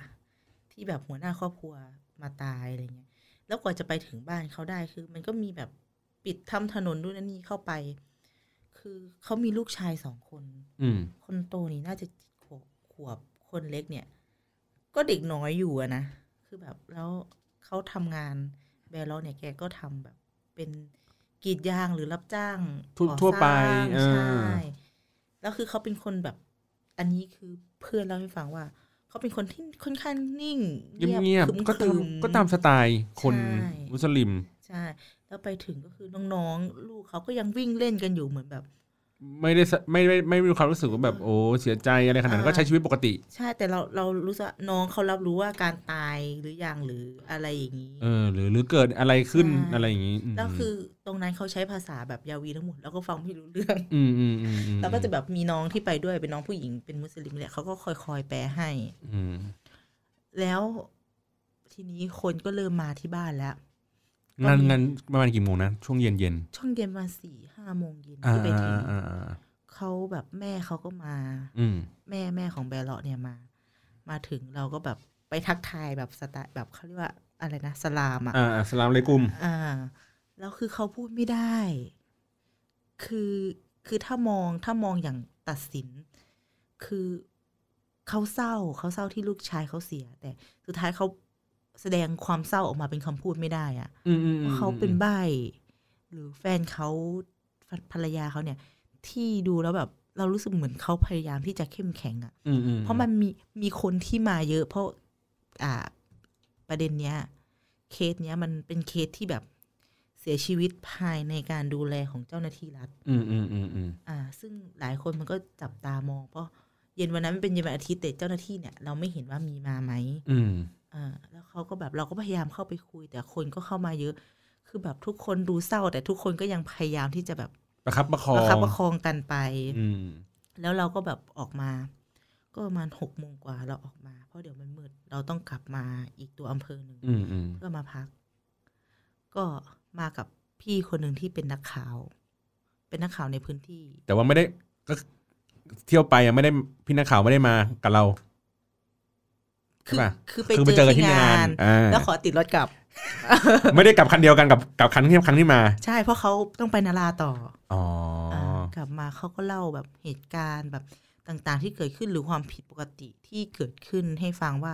B: ที่แบบหัวหน้าครอบครัวมาตายอะไรเงี้ยแล้วกว่าจะไปถึงบ้านเขาได้คือ มันก็มีแบบปิดทำถนนด้วยนั่นนี่เข้าไป คือเขามีลูกชายสองคน
A: อืม
B: คนโตนี่น่าจะขวบขวบคนเล็กเนี่ย ก็เด็กน้อยอยู่อะนะ คือแบบแล้วเขาทำงานแบร์ล็อกเนี่ยแกก็ทำแบบ เป็นกรีดยางหรือรับจ้าง
A: ทั่วทั่วไป
B: ก่อสร้าง
A: เออ
B: ใช่แล้วคือเขาเป็นคนแบบ อันนี้คือเพื่อนเล่าให้ฟังว่า เขาเป็นคนที่ค่อนข้างนิ่ง
A: เงียบ
B: ขรึม
A: ๆ
B: ๆ
A: ก็ตามก็ตามสไตล์คน
B: ใช่
A: มุสลิม
B: ใช่ แล้วไปถึงก็คือน้องๆ ลูกเขาก็ยังวิ่งเล่นกันอยู่เหมือนแบบ
A: ไม่ได้สไม่ไม่ไม่มีความรู้สึกว่าแบบโอ้เสียใจอะไรขนาดนั้น
B: อ่า
A: ก็ใช้ชีวิตปกติ
B: ใช่แต่เราเรารู้สึกว่าน้องเขารับรู้ว่าการตายหรือยังหรืออะไรอย่างนี้
A: เออ หรือหรือเกิดอะไรขึ้น
B: ใช่
A: อะไรอย่างนี้ม
B: แล้วคือตรงนั้นเขาใช้ภาษาแบบยาวีทั้งหมด แล้วก็ฟังไม่รู้เรื่อง
A: อืมอืมอืมอืม
B: แล้วก็จะแบบมีน้องที่ไปด้วยเป็นน้องผู้หญิงเป็นมุสลิมเนี่ยเขาก็คอยคอยๆแปลให้
A: อืม
B: แล้วทีนี้คนก็เริ่มมาที่บ้านแล้ว
A: งาน
B: ก็มี
A: งานประมาณกี่โมงนะช่วงเย็นเย็น
B: ช่วงเย็นประมาณสี่ห้าโมงเย็น
A: ๆอ่า
B: ที่
A: อ่า
B: ไปถึง
A: อ่าอ่า
B: เขาแบบแม่เขาก็มา
A: อืม
B: แม่แม่ของแบร์เลาะเนี่ยมา มาถึงเราก็แบบไปทักทายแบบสไตล์แบบเขาเรียกว่าอะไรนะสลามอ่ะ
A: อ่าอัสลามเลยกุม
B: อ่าแล้วคือเขาพูดไม่ได้ คือคือถ้ามองถ้ามองอย่างตัดสิน คือเขาเศร้าเขาเศร้าที่ลูกชายเขาเสีย แต่สุดท้ายเขาแสดงความเศร้าออกมาเป็นคำพูดไม่ได้อะ
A: อืมอืมอื
B: ว่าม เขาเป็นใบหรือแฟนเขาภรภรรยาเขาเนี่ย ที่ดูแล้วแบบ เรารู้สึกเหมือนเขาพยายามที่จะเข้มแข็งอะ
A: อืมอืม
B: เพราะมันมีมีคนที่มาเยอะ เพราะอ่าประเด็นเนี้ย เคสเนี้ยมันเป็นเคสที่แบบเสียชีวิตภายในการดูแลของเจ้าหน้าที่รัฐ
A: อืมอืมอืมอืม
B: อ่า ซึ่งหลายคนมันก็จับตามอง เพราะเย็นวันนั้นมันเป็นเย็นวันอาทิตย์แต่เจ้าหน้าที่เนี่ยเราไม่เห็นว่ามีมาไหม
A: อืม
B: อ่า แล้วเขาก็แบบเราก็พยายามเข้าไปคุย แต่คนก็เข้ามาเยอะ คือแบบทุกคนดูเศร้า แต่ทุกคนก็ยังพยายามที่จะแบบ
A: ประคับประคอง
B: ประคับประคองกันไป
A: อืม
B: แล้วเราก็แบบออกมา ก็ประมาณหกโมงกว่าเราออกมา เพราะเดี๋ยวมันมืดเราต้องกลับมาอีกตัวอำเภอหนึ่ง
A: อืมอืม
B: เพื่อมาพัก ก็มากับพี่คนหนึ่งที่เป็นนักข่าว เป็นนักข่าวในพื้นที่
A: แต่ว่าไม่ได้ก็เที่ยวไปยังไม่ได้พี่นักข่าวไม่ได้มากับเรา
B: คื
A: ใช่ปะ
B: คือ
A: คือ
B: ไปเจอ
A: กัน
B: ที่งาน
A: อ่า
B: แล้วขอติดรถกลับ
A: ไม่ได้กลับคันเดียวกันกับกับคันที่ครั้งที่มา
B: ใช่เพราะเขาต้องไปนาราต่อ
A: อ๋ออา
B: กลับมาเขาก็เล่าแบบเหตุการณ์แบบต่างๆ ที่เกิดขึ้นหรือความผิดปกติที่เกิดขึ้นให้ฟังว่า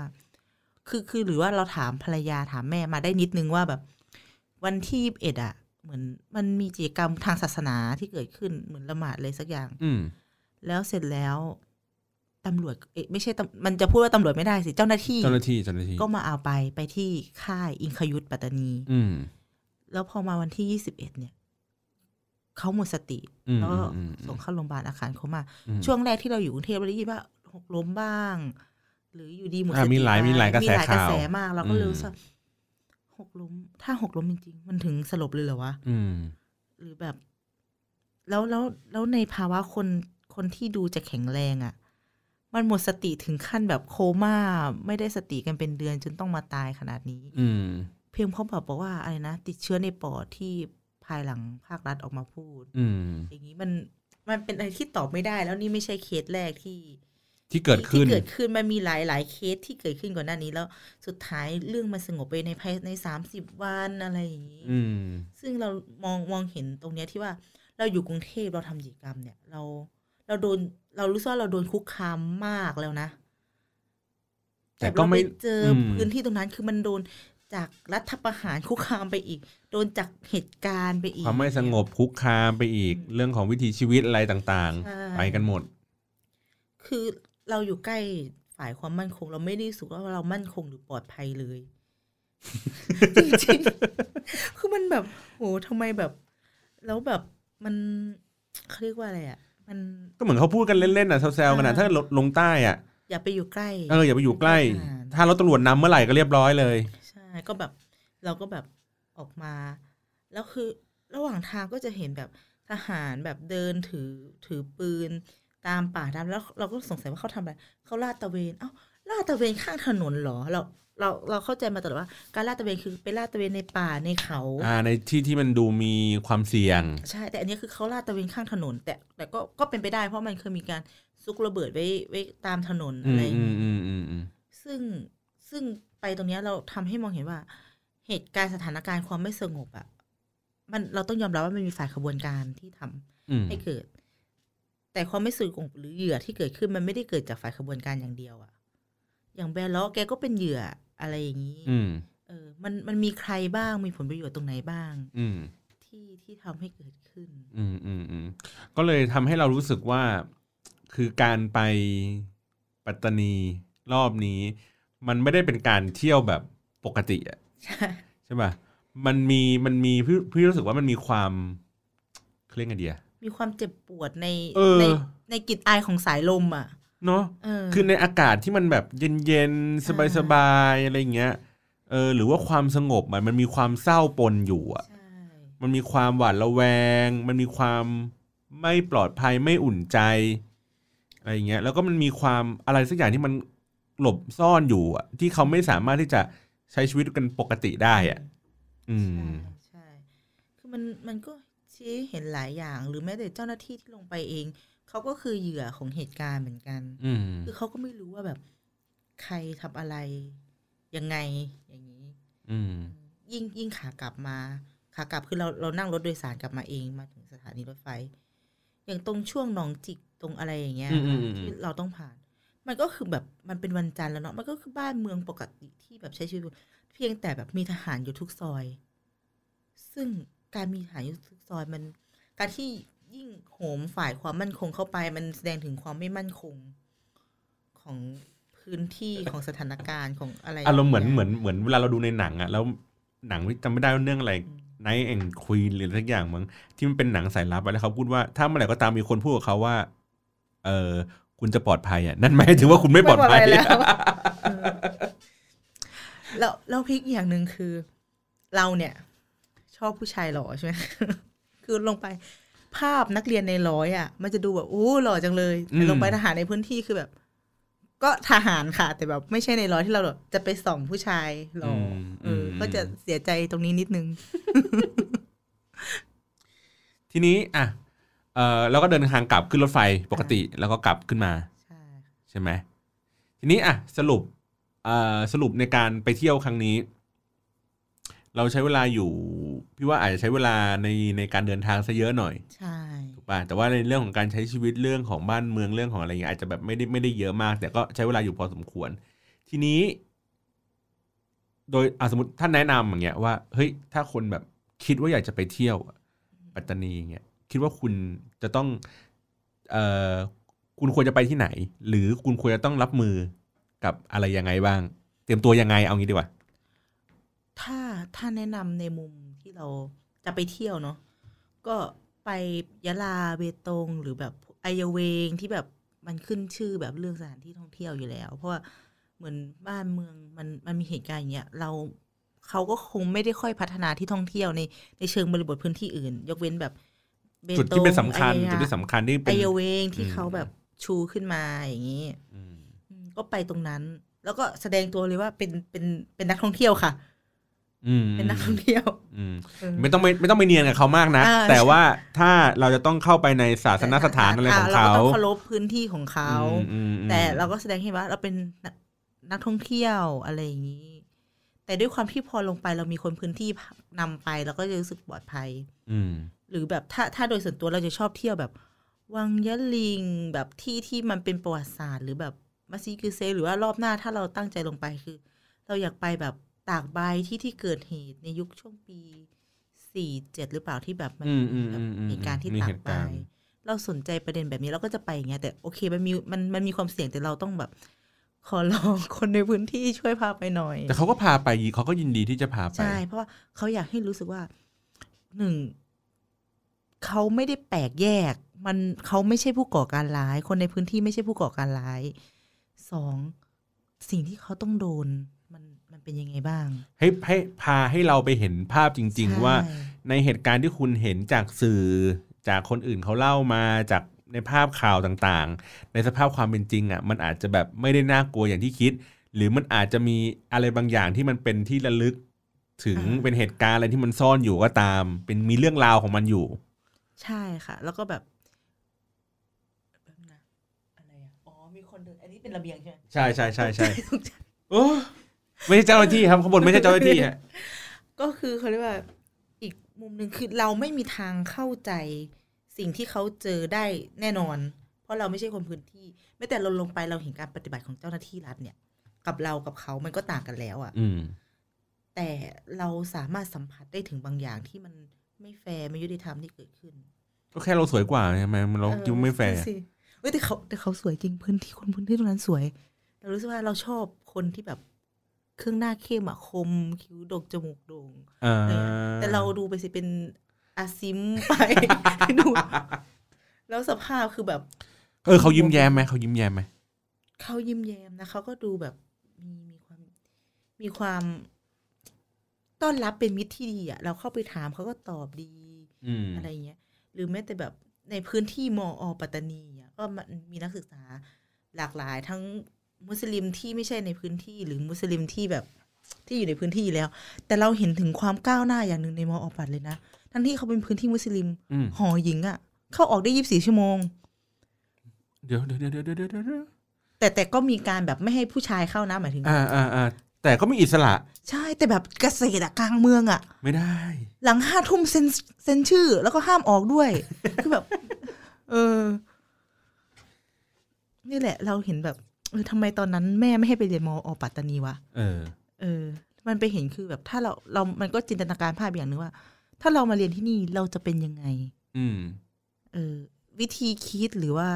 B: คือคือหรือว่าเราถามภรรยาถามแม่มาได้นิดนึงว่าแบบ วันที่ยีิบเอ็ดอ่ะ เหมือนมันมีกิจกรรมทางศาสนาที่เกิดขึ้นเหมือนละหมาดเลยสักอย่าง
A: อืม
B: แล้วเสร็จแล้วตำรวจเอ๊ะไม่ใช่ตำมันจะพูดว่าตำรวจไม่ได้สิ เจ้าหน้าที่
A: เจ้าหน้าที่เจ้าหน้าที่
B: ก็มาเอาไปไปที่ค่ายอิงคยุทธปัตตานี
A: อืม
B: แล้วพอมาวันที่ยี่สิบเอ็ดเนี่ยเขาหมดสติ
A: อืม
B: แล้วก็
A: อืม
B: ส่งเข้าโรงพยาบาลอาคารเขามา
A: อืม
B: ช่วงแรกที่เราอยู่กรุงเทพเราได้ยินว่าหกล้มบ้าง หรืออยู่ดีหมดส
A: อ่ะ
B: ติ
A: มีหลาย
B: ไป
A: มีหลายกระแส
B: มีหลายกระแส
A: ข่าว
B: มากเราก็เลย
A: อืม
B: รู้สึกว่าหกล้ม ถ้าหกล้มจริงๆ มันถึงสลบเลยเหรอวะ
A: อืม
B: หรือแบบ แล้วแล้วแล้วในภาวะคนคนที่ดูจะแข็งแรงอะ่ะ มันหมดสติถึงขั้นแบบโคม่าไม่ได้สติกันเป็นเดือนจนต้องมาตายขนาดนี้
A: อืม
B: เพียงเพราะแบบบอกว่าอะไรนะ ติดเชื้อในปอดที่ภายหลังภาครัฐออกมาพูด
A: อืม
B: อย่างนี้มันมันเป็นอะไรที่ตอบไม่ได้ แล้วนี่ไม่ใช่เคสแรกที่
A: ที่เกิดขึ้น
B: ที่เกิดขึ้นมันมีหลายหลายเคสที่เกิดขึ้นก่อนหน้านี้แล้ว สุดท้ายเรื่องมันสงบไปในภายในสามสิบวันอะไรอย่างนี้
A: อืม
B: ซึ่งเรามองมองเห็นตรงเนี้ยที่ว่าเราอยู่กรุงเทพเราทำกิจกรรมเนี่ย เราเราโดนเรารู้สึกว่าเราโดนคุกคามมากแล้วนะ
A: แต่ก็ไม่
B: บบเราปเจออ
A: ม
B: พื้นที่ตรงนั้นคือมันโดนจากรัฐประหารคุกคามไปอีก โดนจากเหตุการณ์ไปอี
A: ค
B: ก
A: วามไม่สงบคุกคามไปอีก เรื่องของวิถีชีวิตอะไรต่าง
B: ใช่
A: ๆ ไปกันหมด
B: คือเราอยู่ใกล้ฝ่ายความมั่นคง เราไม่ได้รู้สึกว่าเรามั่นคงหรือปลอดภัยเลย จริงๆ คือมันแบบโหทำไมแบบ แล้วแบบมันเขาเรียกว่าอะไรอ่ะ มัน
A: ก็เหมือนเขาพูดกันเล่นๆนะแซวๆกันนะ
B: อ่า
A: ถ้าลงใต้อ่ะ
B: อย่าไปอยู่ใกล้
A: เอออย่าไปอยู่ใกล้
B: อ่า
A: ถ้ารถตำรวจนำเมื่อไหร่ก็เรียบร้อยเลย
B: ใช่ ก็แบบเราก็แบบออกมา แล้วคือระหว่างทางก็จะเห็นแบบทหารแบบเดินถือถือปืน ตามป่าตามแล้วเราก็สงสัยว่าเขาทำอะไรเขาลาดตระเวนเอ้าลาดตระเวนข้างถนนเหรอเราเราเราเข้าใจมาตลอดว่า การลาดตระเวนคือไปลาดตระเวนในป่าในเขา
A: อ่า ในที่ที่มันดูมีความเสี่ยง
B: ใช่ แต่อันนี้คือเขาลาดตระเวนข้างถนน แต่แต่ก็ก็เป็นไปได้เพราะมันเคยมีการซุกระเบิดไว้ไว้ตามถนน
A: อื
B: อะไร
A: ม
B: อย่าง
A: อื
B: นี้
A: มอืมอืมอืม
B: ซึ่งซึ่งไปตรงเนี้ยเราทำให้มองเห็นว่า เหตุการณ์สถานการณ์ความไม่สงบอะ่ะมันเราต้องยอมรับว่ามันมีฝ่ายขบวนการที่ทำ
A: อืม
B: ให้เกิด แต่ความไม่สงบหรือเหยื่อที่เกิดขึ้นมันไม่ได้เกิดจากฝ่ายขบวนการอย่างเดียวอะ่ะ อย่างแบร์ล้อแกก็เป็นเหยื่ออะไรอย่างนี้
A: อืม
B: เออ มันมันมีใครบ้างมีผลประโยชน์ตรงไหนบ้าง
A: อืม
B: ที่ที่ทำให้เกิดขึ้น
A: อืมอืมอืมก็เลยทำให้เรารู้สึกว่าคือการไปปัตตานีรอบนี้ มันไม่ได้เป็นการเที่ยวแบบปกติอะ
B: ใช่
A: ใช่ป่ะมันมีมันมีพี่พี่รู้สึกว่ามันมีความเขาเรียกไงดีอะ
B: มีความเจ็บปวดใน
A: เออ
B: ในในกลิ่นอายของสายลมอะ่ะ
A: เนาะ
B: เออ
A: คือในอากาศที่มันแบบเย็นๆ สบายๆ อะไรอย่างเงี้ยเออหรือว่าความสงบมันมันมีความเศร้าปนอยู่อะ
B: ใช่
A: มันมีความหวาดระแวง มันมีความไม่ปลอดภัยไม่อุ่นใจอะไรอย่างเงี้ย แล้วก็มันมีความอะไรสักอย่างที่มันหลบซ่อนอยู่อะที่เขาไม่สามารถที่จะใช้ชีวิตกันปกติได้อะอืม
B: ใช่ใช่ คือมันมันก็ชี้เห็นหลายอย่างหรือแม้แต่เจ้าหน้าที่ที่ลงไปเอง เขาก็คือเหยื่อของเหตุการณ์เหมือนกัน
A: อืม
B: คือเขาก็ไม่รู้ว่าแบบใครทำอะไร ยังไงอย่างนี้
A: อืม
B: ยิ่งยิ่งขากลับมาขากลับคือเราเรานั่งรถโดยสารกลับมาเองมาถึงสถานีรถไฟ อย่างตรงช่วงหนองจิกตรงอะไรอย่างเงี้ย
A: อืมอืมอืม
B: ที่เราต้องผ่าน มันก็คือแบบมันเป็นวันจันทร์แล้วเนาะมันก็คือบ้านเมืองปกติที่แบบใช้ชีวิตอยู่เพียงแต่แบบมีทหารอยู่ทุกซอย ซึ่งการมีทหารอยู่ทุกซอยมัน การที่ยิ่งโหมฝ่ายความมั่นคงเข้าไป มันแสดงถึงความไม่มั่นคงของพื้นที่ของสถานการณ์ของอะไร
A: อารมณ์เหมือน
B: ย่ง
A: เหมื
B: งี้
A: อย นเหมือนเวลาเราดูในหนังอะแล้วหนังจำไม่ได้ว่าเรื่องอะไรไนท์แองควีนหรืออะไรสักอย่างมั้งที่มันเป็นหนังสายลับอะแล้วเขาพูดว่าถ้าเมื่อไหร่ก็ตามมีคนพูดกับเขาว่า เออคุณจะปลอดภัยอะนั่นหมายถึงว่าคุณไม่ปลอดภัย
B: ไม่ปลอดภัยแล้ว เออแล้วแล้วพลิกอีกอย่างหนึ่งคือ เราเนี่ย ชอบผู้ชายหล่อใช่ไหม คือลงไปภาพนักเรียนในร้อยอ่ะ มันจะดูแบบโอ้หล่อจังเลย
A: อืม
B: แต่ลงไปทหารในพื้นที่คือแบบ ก็ทหารค่ะ แต่แบบไม่ใช่ในร้อยที่เราแบบจะไปส่องผู้ชายหรอ
A: ม
B: เอออ
A: ม
B: ก็จะเสียใจตรงนี้นิดนึง
A: ทีนี้อ่ะเออเราก็เดินทางกลับขึ้นรถไฟปกติแล้วก็กลับขึ้นมา
B: ใช่
A: ใช่ไหมทีนี้อ่ะสรุปเอ่อสรุปในการไปเที่ยวครั้งนี้ เราใช้เวลาอยู่ พี่ว่าอาจจะใช้เวลาในในการเดินทางซะเยอะหน่อย
B: ใช่
A: ถูกป่ะแต่ว่าในเรื่องของการใช้ชีวิตเรื่องของบ้านเมืองเรื่องของอะไรเงี้ยอาจจะแบบไม่ได้ไม่ได้เยอะมาก แต่ก็ใช้เวลาอยู่พอสมควร ทีนี้ โดยอะสมมติท่านแนะนำอย่างเงี้ยว่าเฮ้ยถ้าคนแบบคิดว่าอยากจะไปเที่ยวปัตตานีอย่างเงี้ยคิดว่าคุณจะต้อง เอ่อคุณควรจะไปที่ไหน หรือคุณควรจะต้องรับมือกับอะไรยังไงบ้าง เตรียมตัวยังไงเอางี้ดีกว่า
B: ถ้าถ้าแนะนำในมุมที่เราจะไปเที่ยวเนาะก็ไปยะลาเบตงหรือแบบไอเยาเวงที่แบบมันขึ้นชื่อแบบเรื่องสถานที่ท่องเที่ยวอยู่แล้ว เพราะว่าเหมือนบ้านเมืองมันมันมีเหตุการณ์อย่างเงี้ยเราเขาก็คงไม่ได้ค่อยพัฒนาที่ท่องเที่ยวในในเชิงบริบทพื้นที่อื่น ยกเว้นแบบบตง
A: จุดที่เป็นสำคัญ
B: ไอยา
A: จุดที่สำคัญที่
B: ไอ
A: เป็น
B: เยาเวงที่
A: อืม
B: เขาแบบชูขึ้นมาอย่างนี้
A: อืม
B: อืมก็ไปตรงนั้น แล้วก็แสดงตัวเลยว่าเป็นเป็นเป็นนักท่องเที่ยวค่ะ
A: อืม
B: เป็นนักท่องเที่ยว
A: อืม
B: เออ
A: ไม่ต้องไปไม่ต้องไปเนียนกับเขามากนะ
B: อ่า
A: แต่ว่าถ้าเราจะต้องเข้าไปในศาสนสถานอะไรของเขา
B: เราก็ต้องเคารพพื้นที่ของเขา
A: อืมอืมอืม
B: แต่เราก็แสดงให้เห็นว่าเราเป็นนักนักท่องเที่ยวอะไรอย่างนี้ แต่ด้วยความที่พอลงไปเรามีคนพื้นที่นำไปเราก็จะรู้สึกปลอดภัย
A: อืม
B: หรือแบบถ้าถ้าโดยส่วนตัวเราจะชอบเที่ยวแบบ วังยะลิงแบบที่ที่มันเป็นประวัติศาสตร์ หรือแบบมัสยิดกิเซหรือว่ารอบหน้าถ้าเราตั้งใจลงไปคือ เราอยากไปแบบตากใบที่ที่เกิดเหตุในยุคช่วงปีสี่เจ็ดหรือเปล่าที่แบบมัน
A: อืมอืม
B: แบบ
A: อืม
B: เหตุการณ์ที่
A: มี
B: ตา
A: เห
B: ก
A: ตุ
B: ใบ
A: การณ์
B: เราสนใจประเด็นแบบนี้เราก็จะไปอย่างเงี้ยแต่โอเคมันมีมันมันมีความเสี่ยงแต่เราต้องแบบ ขอร้องคนในพื้นที่ช่วยพาไปหน่อย
A: แต่เขาก็พาไปเขาก็ยินดีที่จะพาไป
B: ใช่ เพราะว่าเขาอยากให้รู้สึกว่าหนึ่งเขาไม่ได้แปลกแยก มันเขาไม่ใช่ผู้ก่อการร้าย คนในพื้นที่ไม่ใช่ผู้ก่อการร้ายสองสิ่งที่เขาต้องโดน มันมันเป็นยังไงบ้าง
A: ให้ให้พาให้เราไปเห็นภาพจริง
B: ใช่
A: ๆ ว่า ในเหตุการณ์ที่คุณเห็นจากสื่อจากคนอื่นเขาเล่ามาจากในภาพข่าวต่างๆ ในสภาพความเป็นจริงอ่ะมันอาจจะแบบไม่ได้น่ากลัวอย่างที่คิด หรือมันอาจจะมีอะไรบางอย่างที่มันเป็นที่ระลึก ถึงเป็นเหตุการณ์อะไรที่มันซ่อนอยู่ก็ตาม เป็นมีเรื่องราวของมันอยู่
B: ใช่ค่ะ แล้วก็แบบแป๊บนะอะไรอะอ๋อมีคนเดินอันนี้เป็นระเบียงใช่ไหม
A: ใช่ใช่ใช่ใช่
B: ตกใจ
A: โอ้ไม่ใช่เจ้าหน้าที่ครับข้างบนไม่ใช่เจ้าหน้าที่ฮะ
B: ก็คือเขาเรียกว่าอีกมุมหนึ่งคือเราไม่มีทางเข้าใจสิ่งที่เขาเจอได้แน่นอน เพราะเราไม่ใช่คนพื้นที่แม้แต่เราลงไปเราเห็นการปฏิบัติของเจ้าหน้าที่รัฐเนี่ย กับเรากับเขามันก็ต่างกันแล้วอะ่ะ
A: อืม
B: แต่เราสามารถสัมผัสได้ถึงบางอย่างที่มันไม่แฟร์ไม่ยุติธรรมที่เกิดขึ้น
A: ก็แค่เราสวยกว่าใช่ไหมเราคิดว่าไม่แฟร์
B: เออสิเว้ยแต่เขาแต่เขาสวยจริงพื้นที่คนพื้นที่ตรงนั้นสวย เรารู้สึกว่าเราชอบคนที่แบบเครื่องหน้าเข้มอะคมคิ้วดกจมูกโด่ง
A: อ่า
B: แต่เราดูไปสิเป็นอาซิมไป ดู แล้วสภาพคือแบบ
A: เออเขายิ้มแย้มไหมเขายิ้มแย้มไหม
B: เขายิ้มแย้มนะเขาก็ดูแบบมีมีความ มีความต้อนรับเป็นมิตรที่ดีอะเราเข้าไปถามเขาก็ตอบดี
A: อืม
B: อะไรเงี้ย หรือแม้แต่แบบในพื้นที่มอปัตตานีอะก็มันมีนักศึกษาหลากหลาย ทั้งมุสลิมที่ไม่ใช่ในพื้นที่หรือมุสลิมที่แบบที่อยู่ในพื้นที่อยู่แล้ว แต่เราเห็นถึงความก้าวหน้าอย่างหนึ่งในมอปัตเลยนะทั้งที่เขาเป็นพื้นที่มุสลิม
A: อืม
B: หอหญิงอะเข้าออกได้ยี่สิบสี่ชั่วโมง
A: เดี๋ยวเดี๋ยวเดี๋ยวเดี๋ยวเดี๋ยวเดี๋ยวเดี๋ยว
B: แต่แต่ก็มีการแบบไม่ให้ผู้ชายเข้านะหมายถึง
A: อ่าอ่าอ่าแต่ก็มีอิสระ
B: ใช่แต่แบบเกษตรอะกลางเมืองอะ
A: ไม่ได้
B: หลังห้าทุ่มเซ็นเซ็นชื่อ แล้วก็ห้ามออกด้วย คือแบบ เออ นี่แหละ เราเห็นแบบเออทำไมตอนนั้นแม่ไม่ให้ไปเรียนมอปัตตานีวะ
A: เออ
B: เออ มันไปเห็นคือแบบถ้าเราเรามันก็จินตนาการภาพอย่างหนึงว่า ถ้าเรามาเรียนที่นี่เราจะเป็นยังไง
A: อืม
B: เออวิธีคิดหรือว่า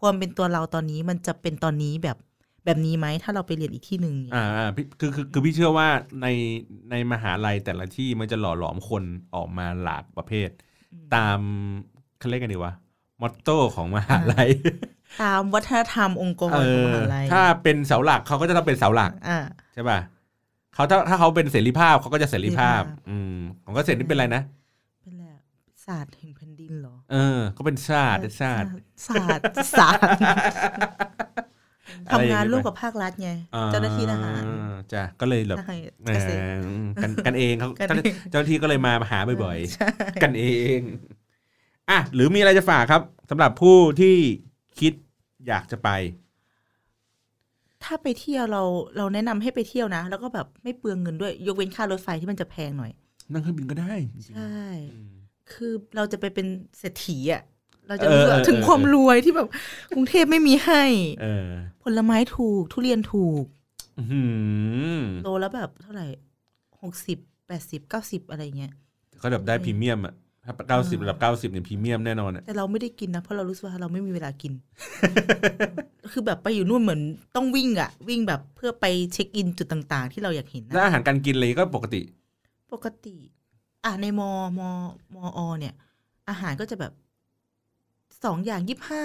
B: ความเป็นตัวเราตอนนี้มันจะเป็นตอนนี้แบบแบบนี้ไหมถ้าเราไปเรียนอีกที่หนึ่งเนี่ย
A: อ่าอ่าพี่คือคือคือพี่เชื่อว่าในในมหาลัยแต่ละที่มันจะหล่อหลอมคนออกมาหลากประเภท ตามเขาเรียกกันดีวะมอตโต้ของมหาลัย
B: ตามวัฒนธรรมองค์กร
A: เอ
B: ของม
A: อ
B: หาลัย
A: ถ้าเป็นเสาหลักเขาก็จะต้องเป็นเสาหลัก
B: อ่า
A: ใช่ป่ะเขาถ้าถ้าเขาเป็นเสรีภาพเขาก็จะเสรีภาพ
B: เสรีภาพ
A: อืมของเกษตรนี่เป็นอะไรนะ
B: เป็นแหละศาสตร์แห่งแผ่นดินเหรอ
A: เออเขาเป็นชาติชาติ
B: ศาสตร์ศาสตร์
A: อะไรอย่ง
B: ทำงาน
A: งี้
B: ร่วม
A: ไห
B: กับภาครัฐไง เจ้าหน้าที่ทหาร
A: อ่จ้ะก็เลยแบบ
B: ทหาร
A: แหม
B: เกษตร
A: กันกันเองเขา
B: กันเอง
A: เจ้าหน้าที่ก็เลยมาหาบ่อย
B: ใช่
A: ๆ กันเองอ่ะหรือมีอะไรจะฝากครับสำหรับผู้ที่คิดอยากจะไป
B: ถ้าไปเที่ยวเราเราแนะนำให้ไปเที่ยวนะ แล้วก็แบบไม่เปลืองเงินด้วย ยกเว้นค่ารถไฟที่มันจะแพงหน่อย
A: นั่งเครื่องบินก็ได้จริงๆ
B: ใช่
A: อืม
B: คือเราจะไปเป็นเศรษฐีอ่ะ เราจะ
A: เออ
B: รู้สึก
A: เออ
B: ถึง
A: เออ
B: ความรวยที่แบบกรุงเทพไม่มีให้
A: เออ
B: ผลไม้ถูก ทุเรียนถูก
A: อื้อหือ
B: โลแล้วแบบเท่าไหร่หกสิบแปดสิบเก้าสิบอะไรเงี้ย
A: ก็แบบได้พรีเมียมอ่ะถ้าเก้าสิบระดับเก้าสิบเนี่ยพรีเมียมแน่นอนอ่ะ
B: แต่เราไม่ได้กินนะเพราะเรารู้สึกว่าเราไม่มีเวลากิน คือแบบไปอยู่นู่นเหมือนต้องวิ่งอะวิ่งแบบเพื่อไปเช็คอินจุดต่าง ๆ ที่เราอยากเห็ น
A: แล้ว
B: นะ
A: อาหารการกินเลยก็ปกติ
B: ปกติ อ่ะในมอมอมอเนี่ย อาหารก็จะแบบสองอย่างยี่ห้า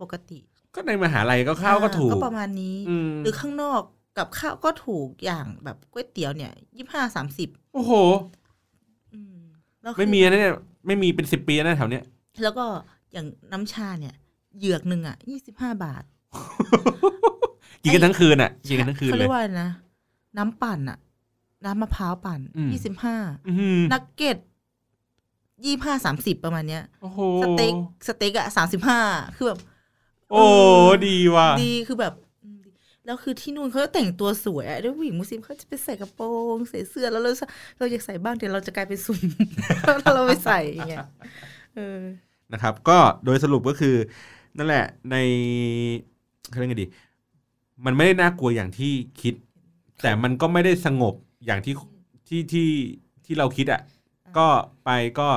B: ปกติ
A: ก็ในมหาลัยก็ข้าวก็
B: อ่
A: ถูก
B: ก็ประมาณนี้
A: อืม
B: หรือข้างนอกกับข้าวก็ถูกอย่างแบบก๋วยเตี๋ยวเนี่ยยี่ห้าสามสิบ
A: โอ้โห
B: แล้วคือ
A: ไม่มีนะเนี่ยไม่มีเป็นสิบปีนะแถวเนี้ย
B: แล้วก็อย่างน้ำชาเนี่ย เหยือกหนึ่งอะยี่สิบห้าบาท
A: กินกันทั้งคืนอ่ะกินกันทั้งคืน
B: เขา
A: เล
B: เรี
A: ย
B: ยกว่าอะไรนะ น้ำปั่นอะน้ำมะพร้าวปั่น
A: อืม
B: ยี่สิบห้า
A: อื้อหือ
B: นักเก็ตยี่ห้าสามสิบประมาณเนี้ย
A: โอ้โห
B: สเต็กสเต็กอะสามสิบห้าคือแบบ
A: โอ้
B: เออ
A: ดีว่ะ
B: ดีคือแบบอืมดีแล้วคือที่นู่นเขาแต่งตัวสวยอะแล้วผู้หญิงมุสลิมเขาจะไปใส่กระโปรงใส่เสื้อแล้วเราเราอยากใส่บ้างเดี๋ยวเราจะกลายเป็น ซุน ถ้าเราไปใส่อย่างเงี้ยเออ
A: นะครับ ก็โดยสรุปก็คือ นั่นแหละในเขาเรียกไงดี มันไม่ได้น่ากลัวอย่างที่คิด แต่มันก็ไม่ได้สงบอย่างที่ที่ที่ที่เราคิดอ่ะก็ไปก็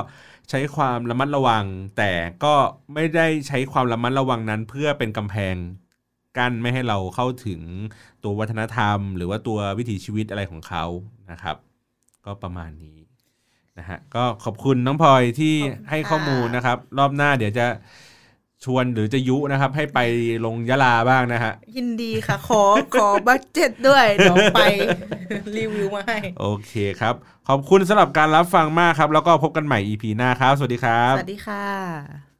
A: ใช้ความระมัดระวัง แต่ก็ไม่ได้ใช้ความระมัดระวังนั้น เพื่อเป็นกำแพงกั้นไม่ให้เราเข้าถึงตัววัฒนธรรม หรือว่าตัววิถีชีวิตอะไรของเขานะครับ ก็ประมาณนี้นะฮะก็ขอบคุณน้องพลอยที่
B: ขอบคุณ
A: ให้ข้อมูล
B: ค่ะ
A: นะครับ รอบหน้าเดี๋ยวจะชวนหรือจะยุนะครับ ให้ไปลงยะลาบ้างนะฮะ
B: ยินดีค่ะ ขอขอบัตเจ็ตด้วยเดี๋ยวไป รีวิวมาให้
A: โอเคครับ ขอบคุณสำหรับการรับฟังมากครับ แล้วก็พบกันใหม่ EP หน้าครับ สวัสดีครั
B: ส
A: บ
B: วัสดีค่ะ